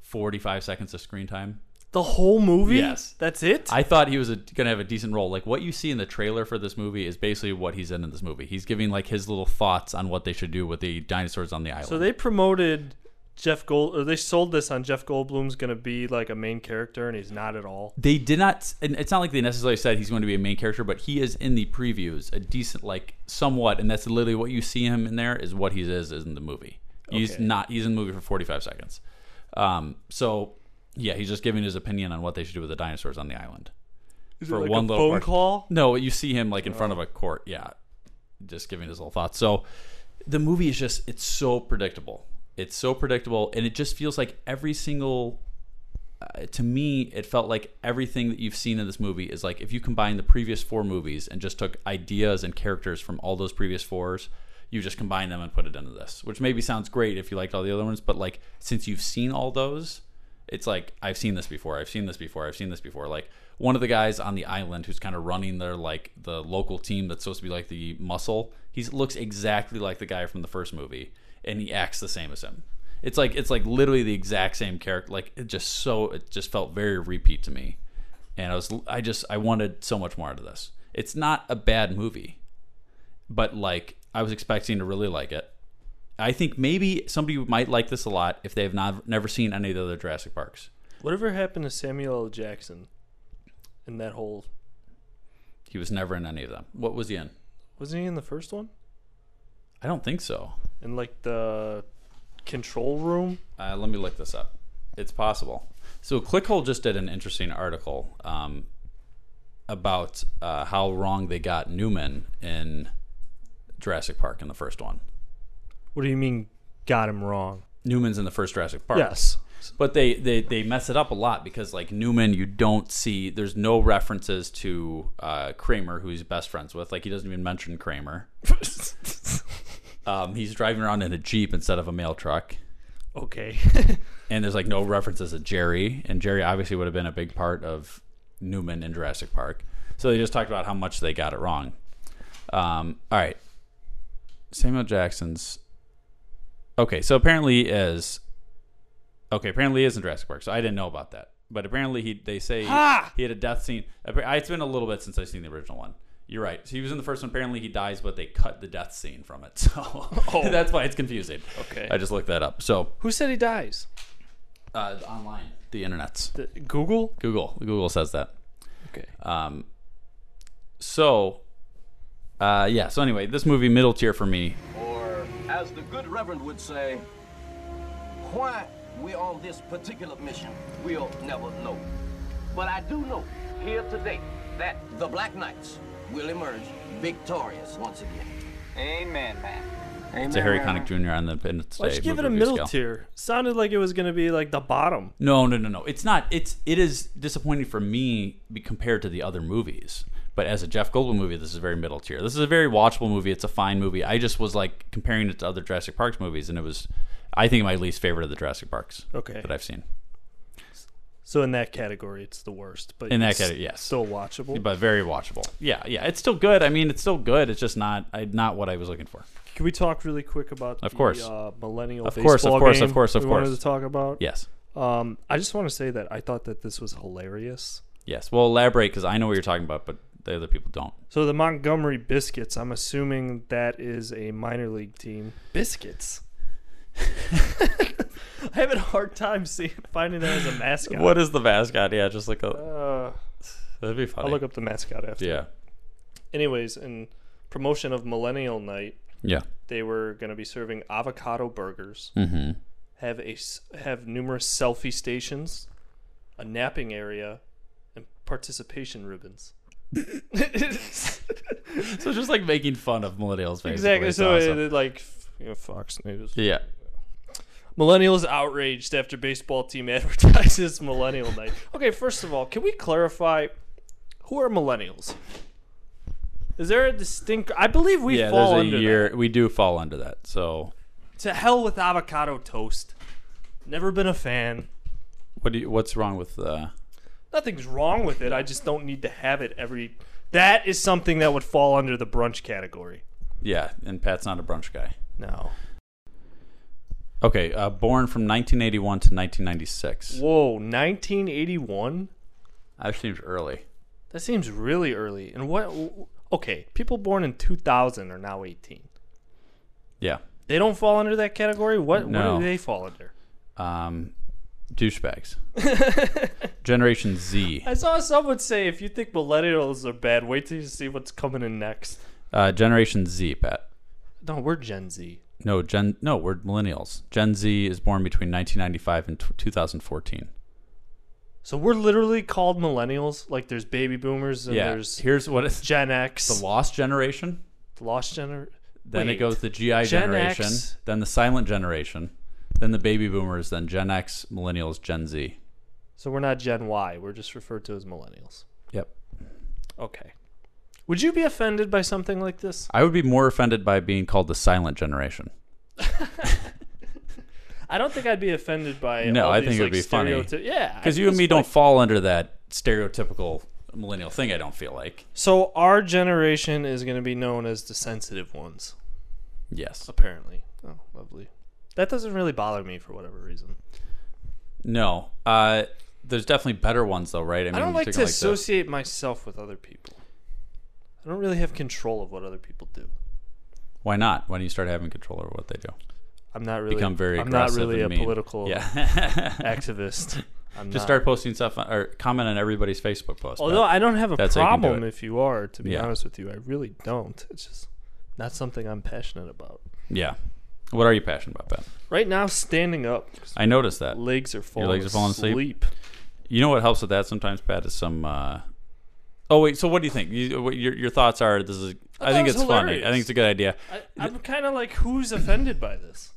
[SPEAKER 9] forty-five seconds of screen time.
[SPEAKER 10] The whole movie?
[SPEAKER 9] Yes.
[SPEAKER 10] That's it?
[SPEAKER 9] I thought he was a, gonna have a decent role. Like what you see in the trailer for this movie is basically what he's in in this movie. He's giving like his little thoughts on what they should do with the dinosaurs on the island.
[SPEAKER 10] So they promoted Jeff Gold, or they sold this on Jeff Goldblum's going to be like a main character, and he's not at all.
[SPEAKER 9] they did not and it's not like they necessarily said he's going to be a main character but he is in the previews a decent like somewhat and that's literally what you see him in there is what he is, is in the movie he's
[SPEAKER 10] Okay.
[SPEAKER 9] not he's in the movie for 45 seconds um so yeah he's just giving his opinion on what they should do with the dinosaurs on the island
[SPEAKER 10] Is it like a phone
[SPEAKER 9] part-
[SPEAKER 10] call?
[SPEAKER 9] no you see him like in front of a court yeah just giving his little thoughts so the movie is just it's so predictable. It's so predictable, and it just feels like every single. Uh, to me, it felt like everything that you've seen in this movie is like if you combine the previous four movies and just took ideas and characters from all those previous fours, you just combine them and put it into this, which maybe sounds great if you liked all the other ones, but like since you've seen all those, it's like I've seen this before, I've seen this before, I've seen this before. Like one of the guys on the island who's kind of running their like the local team that's supposed to be like the muscle, he looks exactly like the guy from the first movie, and he acts the same as him. It's like it's like literally the exact same character. Like it just so it just felt very repeat to me, and I was I just I wanted so much more out of this. It's not a bad movie, but like I was expecting to really like it. I think maybe somebody might like this a lot if they have not never seen any of the other Jurassic Parks.
[SPEAKER 10] Whatever happened to Samuel L. Jackson in that whole?
[SPEAKER 9] He was never in any of them. What was he in?
[SPEAKER 10] Was he in the first one?
[SPEAKER 9] I don't think so.
[SPEAKER 10] In like the control room.
[SPEAKER 9] Uh, let me look this up. It's possible. So Clickhole just did an interesting article um, about uh, how wrong they got Newman in Jurassic Park in the first one.
[SPEAKER 10] What do you mean got him wrong?
[SPEAKER 9] Newman's in the first Jurassic Park.
[SPEAKER 10] Yes.
[SPEAKER 9] But they, they, they mess it up a lot because like Newman, you don't see there's no references to uh, Kramer, who he's best friends with. Like he doesn't even mention Kramer. um, he's driving around in a jeep instead of a mail truck.
[SPEAKER 10] Okay.
[SPEAKER 9] and there's like no references to Jerry, and Jerry obviously would have been a big part of Newman in Jurassic Park. So they just talked about how much they got it wrong. Um, all right, Samuel Jackson's. Okay, so apparently is. Okay, apparently is in Jurassic Park. So I didn't know about that, but apparently he they say
[SPEAKER 10] Ha!
[SPEAKER 9] he had a death scene. Appa- It's been a little bit since I've seen the original one. You're right. So he was in the first one. Apparently he dies, but they cut the death scene from it. So that's why it's confusing.
[SPEAKER 10] Oh. Okay.
[SPEAKER 9] I just looked that up. So
[SPEAKER 10] Who said he dies?
[SPEAKER 9] uh, online, the internet's
[SPEAKER 10] The, Google.
[SPEAKER 9] Google. Google says that.
[SPEAKER 10] Okay.
[SPEAKER 9] Um, so, uh, yeah. So anyway, this movie middle tier for me.
[SPEAKER 15] Or, as the good reverend would say, why we're on this particular mission, we'll never know. But I do know here today that the Black Knights will emerge victorious once again. Amen, man.
[SPEAKER 9] It's a Harry Connick Jr. on the Independence Day.
[SPEAKER 10] Let's give it
[SPEAKER 9] movie
[SPEAKER 10] a
[SPEAKER 9] review
[SPEAKER 10] middle
[SPEAKER 9] scale.
[SPEAKER 10] tier. Sounded like it was gonna be like the bottom.
[SPEAKER 9] No, no, no, no. It's not. It's it is disappointing for me be compared to the other movies. But as a Jeff Goldblum movie, this is very middle tier. This is a very watchable movie. It's a fine movie. I just was like comparing it to other Jurassic Parks movies, and it was, I think, my least favorite of the Jurassic Parks
[SPEAKER 10] Okay.
[SPEAKER 9] that I've seen.
[SPEAKER 10] So in that category, it's the worst. But
[SPEAKER 9] In that
[SPEAKER 10] it's
[SPEAKER 9] category, yes.
[SPEAKER 10] still watchable.
[SPEAKER 9] but very watchable. Yeah, yeah. It's still good. I mean, it's still good. It's just not I, not what I was looking for.
[SPEAKER 10] Can we talk really quick about
[SPEAKER 9] Of
[SPEAKER 10] the
[SPEAKER 9] course.
[SPEAKER 10] uh, millennial
[SPEAKER 9] Of course, of
[SPEAKER 10] baseball
[SPEAKER 9] course, of
[SPEAKER 10] game
[SPEAKER 9] course, of
[SPEAKER 10] we
[SPEAKER 9] course.
[SPEAKER 10] wanted to talk about?
[SPEAKER 9] Yes.
[SPEAKER 10] Um, I just want to say that I thought that this was hilarious.
[SPEAKER 9] Yes. Well, elaborate because I know what you're talking about, but the other people don't.
[SPEAKER 10] So the Montgomery Biscuits, I'm assuming that is a minor league team. Biscuits. I have a hard time seeing finding that as a mascot.
[SPEAKER 9] What is the mascot? Yeah, just like a.
[SPEAKER 10] Uh,
[SPEAKER 9] that'd be funny.
[SPEAKER 10] I'll look up the mascot after.
[SPEAKER 9] Yeah.
[SPEAKER 10] Anyways, in promotion of Millennial Night,
[SPEAKER 9] Yeah.
[SPEAKER 10] they were going to be serving avocado burgers.
[SPEAKER 9] Mhm.
[SPEAKER 10] Have a s- have numerous selfie stations, a napping area, and participation ribbons.
[SPEAKER 9] So just like making fun of millennials, basically.
[SPEAKER 10] Exactly.
[SPEAKER 9] It's
[SPEAKER 10] So uh,
[SPEAKER 9] awesome.
[SPEAKER 10] it, it, like f- you know, Fox News.
[SPEAKER 9] Yeah.
[SPEAKER 10] Millennials outraged after baseball team advertises millennial night. Okay, first of all, can we clarify who are millennials? Is there a distinct? I believe we
[SPEAKER 9] yeah,
[SPEAKER 10] fall
[SPEAKER 9] there's a
[SPEAKER 10] under
[SPEAKER 9] year we do fall under that. So
[SPEAKER 10] that. To hell with avocado toast. Never been a fan.
[SPEAKER 9] what do you, what's wrong with uh
[SPEAKER 10] Nothing's wrong with it. I just don't need to have it every. That is something that would fall under the brunch category.
[SPEAKER 9] yeah, and Pat's not a brunch guy.
[SPEAKER 10] No.
[SPEAKER 9] Okay, uh, born from 1981 to 1996.
[SPEAKER 10] Whoa, 1981.
[SPEAKER 9] That seems early.
[SPEAKER 10] That seems really early. And what? Okay, people born in 2000 are now 18.
[SPEAKER 9] Yeah.
[SPEAKER 10] They don't fall under that category. What?
[SPEAKER 9] No.
[SPEAKER 10] What do they fall under?
[SPEAKER 9] Um douchebags. Generation Z.
[SPEAKER 10] I saw someone say if you think millennials are bad, wait till you see what's coming in next.
[SPEAKER 9] Uh, Generation Z, Pat.
[SPEAKER 10] No, we're Gen Z.
[SPEAKER 9] No, Gen No, we're millennials. Gen Z is born between 1995 and t- 2014.
[SPEAKER 10] So we're literally called millennials. Like there's baby boomers and
[SPEAKER 9] yeah.
[SPEAKER 10] there's
[SPEAKER 9] Here's what it's
[SPEAKER 10] Gen X,
[SPEAKER 9] the lost generation.
[SPEAKER 10] the lost generation.
[SPEAKER 9] Then
[SPEAKER 16] Wait.
[SPEAKER 9] it goes to GI
[SPEAKER 16] Gen
[SPEAKER 9] generation,
[SPEAKER 16] X-
[SPEAKER 9] then the silent generation, then the baby boomers, then Gen X, millennials, Gen Z.
[SPEAKER 10] So we're not Gen Y. We're just referred to as millennials.
[SPEAKER 9] Yep.
[SPEAKER 10] Okay. Would you be offended by something like this?
[SPEAKER 9] I would be more offended by being called the silent generation.
[SPEAKER 10] I don't think I'd be offended by
[SPEAKER 9] no,
[SPEAKER 10] all
[SPEAKER 9] I
[SPEAKER 10] these,
[SPEAKER 9] think it would be
[SPEAKER 10] like,
[SPEAKER 9] funny.
[SPEAKER 10] stereoty- Yeah, I
[SPEAKER 9] Because you and
[SPEAKER 10] just
[SPEAKER 9] me
[SPEAKER 10] like-
[SPEAKER 9] don't fall under that stereotypical millennial thing, I don't feel like.
[SPEAKER 10] So our generation is going to be known as the sensitive ones.
[SPEAKER 9] Yes.
[SPEAKER 10] Apparently. Oh, lovely. That doesn't really bother me for whatever reason.
[SPEAKER 9] No. Uh, there's definitely better ones, though, right? you
[SPEAKER 10] I, don't like
[SPEAKER 9] take
[SPEAKER 10] to
[SPEAKER 9] it the-
[SPEAKER 10] associate myself with other people. I don't really have control of what other people do.
[SPEAKER 9] Why not? Why don't you start having control over what they do?
[SPEAKER 10] I'm not really
[SPEAKER 9] become very.
[SPEAKER 10] I'm not
[SPEAKER 9] aggressive
[SPEAKER 10] really
[SPEAKER 9] and
[SPEAKER 10] a
[SPEAKER 9] mean.
[SPEAKER 10] political
[SPEAKER 9] Yeah.
[SPEAKER 10] activist. I'm
[SPEAKER 9] Just
[SPEAKER 10] not.
[SPEAKER 9] start posting stuff on, or comment on everybody's Facebook post.
[SPEAKER 10] Although
[SPEAKER 9] Matt.
[SPEAKER 10] I don't have a
[SPEAKER 9] That's how you can do
[SPEAKER 10] problem
[SPEAKER 9] it.
[SPEAKER 10] if you are, to be
[SPEAKER 9] Yeah.
[SPEAKER 10] honest with you, I really don't. It's just not something I'm passionate about.
[SPEAKER 9] Yeah. What are you passionate about, Ben?
[SPEAKER 10] Right now, standing up.
[SPEAKER 9] I noticed that.
[SPEAKER 10] Legs are falling.
[SPEAKER 9] Your legs are falling asleep.
[SPEAKER 10] asleep.
[SPEAKER 9] You know what helps with that sometimes, Pat, is some. Uh... Oh wait, so what do you think? You, what your your thoughts are? This is. I,
[SPEAKER 10] thought
[SPEAKER 9] think
[SPEAKER 10] it was
[SPEAKER 9] it's funny. I
[SPEAKER 10] hilarious.
[SPEAKER 9] think it's a good idea.
[SPEAKER 10] I, I'm kind of like, who's offended by this?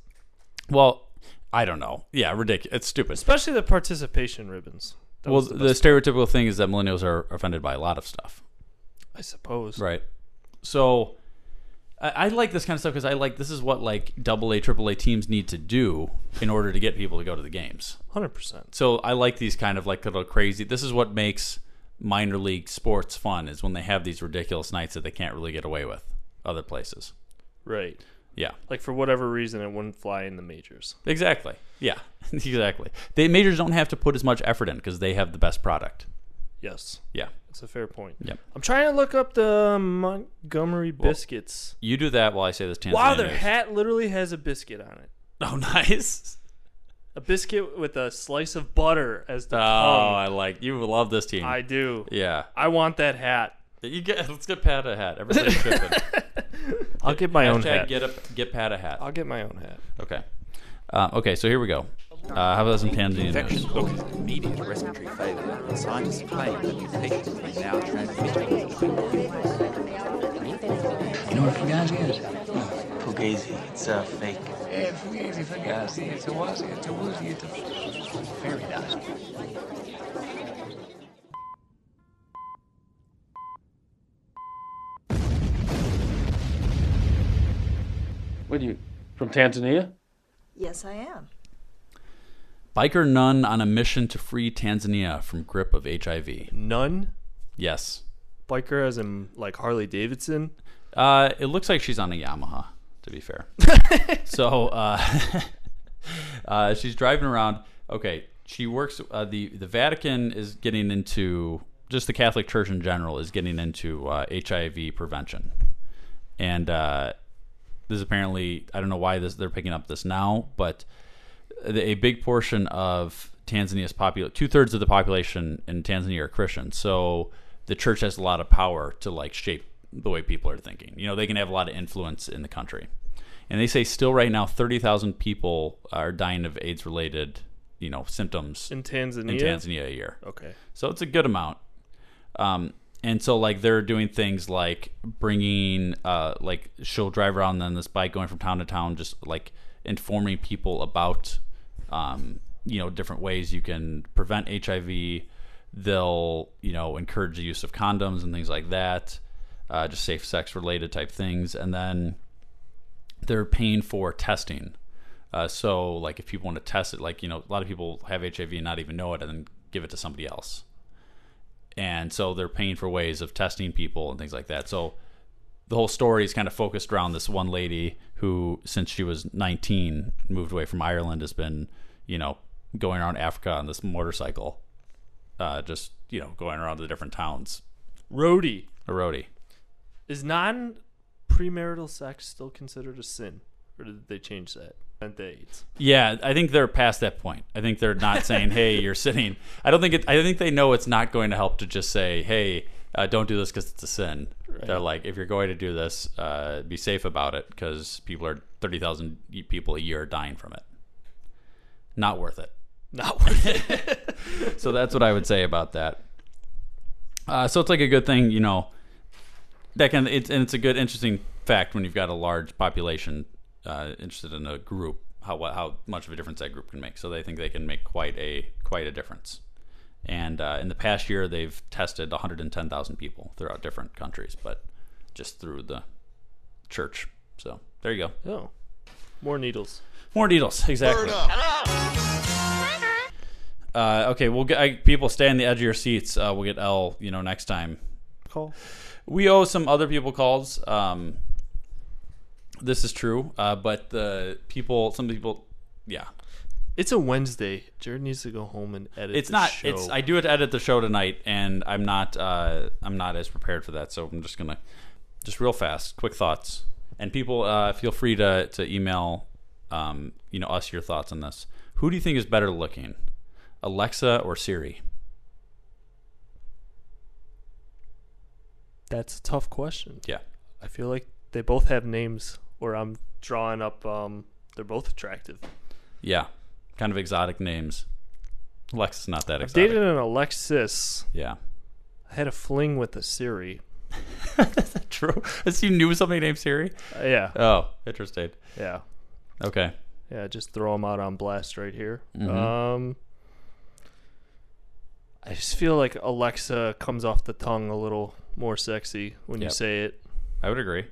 [SPEAKER 9] Well, I don't know. Yeah, ridiculous. It's stupid.
[SPEAKER 10] Especially the participation ribbons. That
[SPEAKER 9] well,
[SPEAKER 10] was
[SPEAKER 9] the,
[SPEAKER 10] the best-
[SPEAKER 9] stereotypical thing is that millennials are offended by a lot of stuff,
[SPEAKER 10] I suppose.
[SPEAKER 9] right? So, I, I like this kind of stuff because I like this is what like double A, triple A teams need to do in order to get people to go to the games.
[SPEAKER 10] 100%.
[SPEAKER 9] So I like these kind of like little crazy. This is what makes minor league sports fun is when they have these ridiculous nights that they can't really get away with other places.
[SPEAKER 10] Right.
[SPEAKER 9] Yeah.
[SPEAKER 10] Like, for whatever reason, it wouldn't fly in the majors.
[SPEAKER 9] Exactly. Yeah. exactly. The majors don't have to put as much effort in because they have the best product.
[SPEAKER 10] Yes.
[SPEAKER 9] Yeah.
[SPEAKER 10] That's a fair point.
[SPEAKER 9] Yep.
[SPEAKER 10] I'm trying to look up the Montgomery biscuits.
[SPEAKER 9] You do that while I say this. Tanzania
[SPEAKER 10] wow, their
[SPEAKER 9] news.
[SPEAKER 10] hat literally has a biscuit on it.
[SPEAKER 9] Oh, nice.
[SPEAKER 10] A biscuit with a slice of butter as the
[SPEAKER 9] Oh,
[SPEAKER 10] tongue.
[SPEAKER 9] I like you. Love this team.
[SPEAKER 10] I do.
[SPEAKER 9] Yeah.
[SPEAKER 10] I want that hat.
[SPEAKER 9] You get. Let's get Pat a hat. Everybody should.
[SPEAKER 10] I'll get my own
[SPEAKER 9] Hashtag
[SPEAKER 10] hat.
[SPEAKER 9] Get a get Pat a hat.
[SPEAKER 10] I'll get my own hat.
[SPEAKER 9] Okay. Uh, okay. So here we go. Uh, how about some Tanzania news?
[SPEAKER 17] causes immediate respiratory failure, and scientists claim that these patients may now transmit.
[SPEAKER 14] You know what fugazi is? Fugazi. It's a fake. Yeah, fugazi, fugazi. It's a wazi, it's a woozy, it's a fairy dust.
[SPEAKER 18] What are you from Tanzania?
[SPEAKER 19] Yes, I am.
[SPEAKER 9] Biker nun on a mission to free Tanzania from grip of HIV.
[SPEAKER 10] Nun?
[SPEAKER 9] Yes.
[SPEAKER 10] Biker as in like Harley Davidson?
[SPEAKER 9] Uh, it looks like she's on a Yamaha. To be fair. so uh, uh, she's driving around. Okay. She works. Uh, the the Vatican is getting into just the Catholic Church in general is getting into uh, HIV prevention, and uh, this is apparently I don't know why this they're picking up this now, but the- a big portion of Tanzania's population, two thirds of the population in Tanzania are Christian. So the church has a lot of power to like shape the way people are thinking. You know, they can have a lot of influence in the country. And they say still right now, 30,000 people are dying of AIDS related, you know, symptoms
[SPEAKER 10] In Tanzania?
[SPEAKER 9] In Tanzania a year.
[SPEAKER 10] Okay.
[SPEAKER 9] So it's a good amount. Um, and so like they're doing things like bringing uh like she'll drive around on this bike going from town to town just like informing people about um you know different ways you can prevent HIV. They'll you know encourage the use of condoms and things like that. Uh, just safe sex related type things and then they're paying for testing. Uh, so, like, if people want to test it, like, you know, a lot of people have HIV and not even know it and then give it to somebody else. And so they're paying for ways of testing people and things like that. So the whole story is kind of focused around this one lady who, since she was 19, moved away from Ireland, has been, you know, going around Africa on this motorcycle, uh, just, you know, going around to the different towns.
[SPEAKER 10] Roadie.
[SPEAKER 9] A roadie.
[SPEAKER 10] Is non premarital sex still considered a sin? Or did they change that? And they AIDS.
[SPEAKER 9] Yeah, I think they're past that point. I think they're not saying, "Hey, you're sitting." I don't think it. I think they know it's not going to help to just say, "Hey, uh, don't do this because it's a sin." They're like, if you're going to do this, uh, be safe about it because people are thirty thousand people a year are dying from it. Not worth it.
[SPEAKER 10] Not worth
[SPEAKER 9] it. so that's what I would say about that. Uh, so it's like a good thing, you know. That can it's and it's a good, interesting fact when you've got a large population uh, interested in a group, how wha- how much of a difference that group can make. So they think they can make quite a quite a difference. And uh, in the past year, they've tested 110,000 people throughout different countries, but just through the church. So there you go.
[SPEAKER 10] Oh, more needles.
[SPEAKER 9] More needles, exactly. Uh, okay, we'll get I, people stay on the edge of your seats. Uh, we'll get L, you know, next time.
[SPEAKER 10] Call.
[SPEAKER 9] We owe some other people calls. Um, this is true, uh, but the people, some people, yeah,
[SPEAKER 10] It's a Wednesday. Jared needs to go home and edit.
[SPEAKER 9] it's
[SPEAKER 10] the
[SPEAKER 9] not.
[SPEAKER 10] Show.
[SPEAKER 9] It's I do have to edit the show tonight, and I'm not. Uh, I'm not as prepared for that, so I'm just gonna just real fast, quick thoughts, and people uh, feel free to to email, um, you know, us your thoughts on this. Who do you think is better looking, Alexa or Siri?
[SPEAKER 10] That's a tough question.
[SPEAKER 9] Yeah.
[SPEAKER 10] I feel like they both have names, or I'm drawing up. Um, they're both attractive.
[SPEAKER 9] Yeah, kind of exotic names. Alexa's not that
[SPEAKER 10] I've
[SPEAKER 9] exotic.
[SPEAKER 10] dated an Alexis.
[SPEAKER 9] Yeah.
[SPEAKER 10] I had a fling with a Siri.
[SPEAKER 9] True. As you knew somebody named Siri.
[SPEAKER 10] Uh, yeah.
[SPEAKER 9] Oh, interesting.
[SPEAKER 10] Yeah.
[SPEAKER 9] Okay.
[SPEAKER 10] Yeah. Just throw them out on blast right here.
[SPEAKER 9] Mhm.
[SPEAKER 10] Um. I just feel like Alexa comes off the tongue a little more sexy when you
[SPEAKER 9] Yep.
[SPEAKER 10] say it.
[SPEAKER 9] I would agree.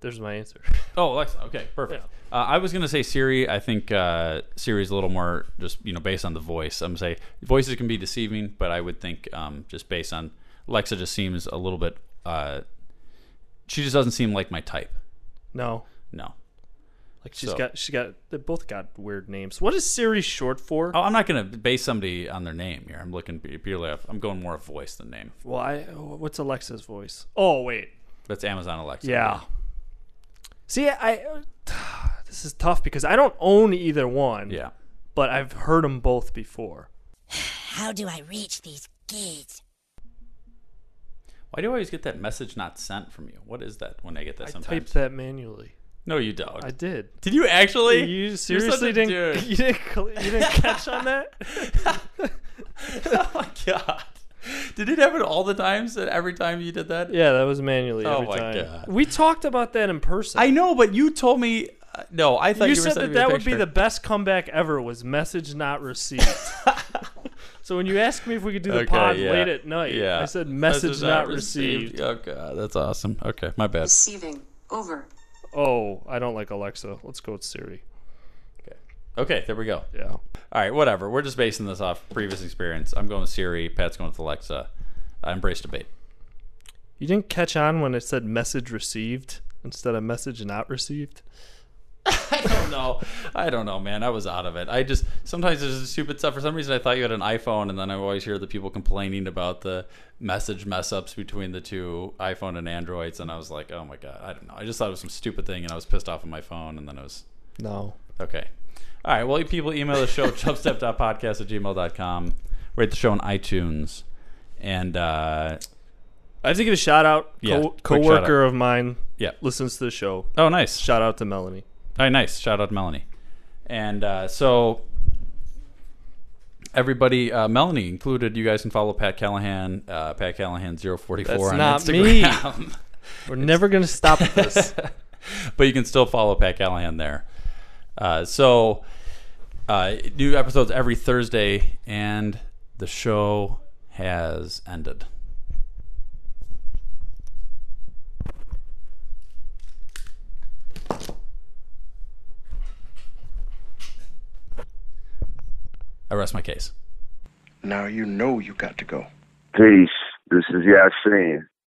[SPEAKER 10] There's my answer.
[SPEAKER 9] Oh, Alexa. Okay, perfect. Uh, I was gonna say Siri. I think uh, Siri's a little more just you know based on the voice. I'm gonna say voices can be deceiving, but I would think um, just based on Alexa just seems a little bit. Uh, she just doesn't seem like my type.
[SPEAKER 10] No.
[SPEAKER 9] No.
[SPEAKER 10] Like she's
[SPEAKER 9] So-
[SPEAKER 10] got she got they both got weird names. What is Siri short for?
[SPEAKER 9] Oh, I'm not gonna base somebody on their name here. I'm looking purely. Off, I'm going more of voice than name.
[SPEAKER 10] Well, I what's Alexa's voice? Oh wait,
[SPEAKER 9] That's Amazon Alexa.
[SPEAKER 10] yeah. See, I this is tough because I don't own either one.
[SPEAKER 9] Yeah.
[SPEAKER 10] But I've heard them both before.
[SPEAKER 16] How do I reach these kids?
[SPEAKER 9] Why do I always get that message not sent from you? What is that when I get that sometimes?
[SPEAKER 10] Typed that manually.
[SPEAKER 9] No, you don't.
[SPEAKER 10] I did.
[SPEAKER 9] Did you actually?
[SPEAKER 10] You
[SPEAKER 9] You're such a
[SPEAKER 10] seriously didn't?
[SPEAKER 9] dude.
[SPEAKER 10] You didn't? cl- You didn't catch on that?
[SPEAKER 9] oh my god! Did it happen all the times? That every time you did that?
[SPEAKER 10] Yeah, that was manually.
[SPEAKER 9] Oh
[SPEAKER 10] every
[SPEAKER 9] my
[SPEAKER 10] time.
[SPEAKER 9] God.
[SPEAKER 10] We talked about that in person.
[SPEAKER 9] I know, but you told me. Uh, no, I thought you,
[SPEAKER 10] you,
[SPEAKER 9] were
[SPEAKER 10] said
[SPEAKER 9] sending
[SPEAKER 10] that
[SPEAKER 9] me
[SPEAKER 10] that
[SPEAKER 9] a
[SPEAKER 10] would be
[SPEAKER 9] picture.
[SPEAKER 10] the best comeback ever was message not received. so when you asked me if we could do the
[SPEAKER 9] Okay,
[SPEAKER 10] pod
[SPEAKER 9] yeah.
[SPEAKER 10] late at night,
[SPEAKER 9] Yeah.
[SPEAKER 10] I said message, not received.
[SPEAKER 9] Oh god, that's awesome. Okay, my bad.
[SPEAKER 19] Receiving. Over.
[SPEAKER 10] Oh, I don't like Alexa. Let's go with Siri.
[SPEAKER 9] Okay, there we go.
[SPEAKER 10] Yeah. All
[SPEAKER 9] right, whatever. We're just basing this off previous experience. I'm going with Siri. Pat's going with Alexa. I embrace debate.
[SPEAKER 10] You didn't catch on when it said message received instead of message not received?
[SPEAKER 9] don't know. I don't know, man. I was out of it. I just sometimes there's just stupid stuff. For some reason, I thought you had an iPhone, and then I always hear the people complaining about the message mess ups between the two iPhone and Androids. And I was like, oh my god, I don't know. I just thought it was some stupid thing, and I was pissed off at my phone. And then I was
[SPEAKER 10] No.
[SPEAKER 9] okay. All right. Well, you people email the show chubstep.podcast at gmail.com. Rate the show on iTunes, and uh,
[SPEAKER 10] I have to give a shout out.
[SPEAKER 9] Yeah,
[SPEAKER 10] Co-
[SPEAKER 9] quick shout
[SPEAKER 10] coworker
[SPEAKER 9] out.
[SPEAKER 10] of mine
[SPEAKER 9] Yeah.
[SPEAKER 10] listens to the show.
[SPEAKER 9] Oh, nice.
[SPEAKER 10] Shout out to Melanie.
[SPEAKER 9] All right, nice. Shout out to Melanie. And uh, so, everybody, uh, Melanie included, you guys can follow Pat Callahan, uh, Pat Callahan044
[SPEAKER 10] That's
[SPEAKER 9] on
[SPEAKER 10] not
[SPEAKER 9] Instagram.
[SPEAKER 10] me. We're never going to stop this.
[SPEAKER 9] but you can still follow Pat Callahan there. Uh, so, uh, new episodes every Thursday, and the show has ended. I rest my case.
[SPEAKER 20] Now you know you got to go.
[SPEAKER 21] Peace. This is Yasin.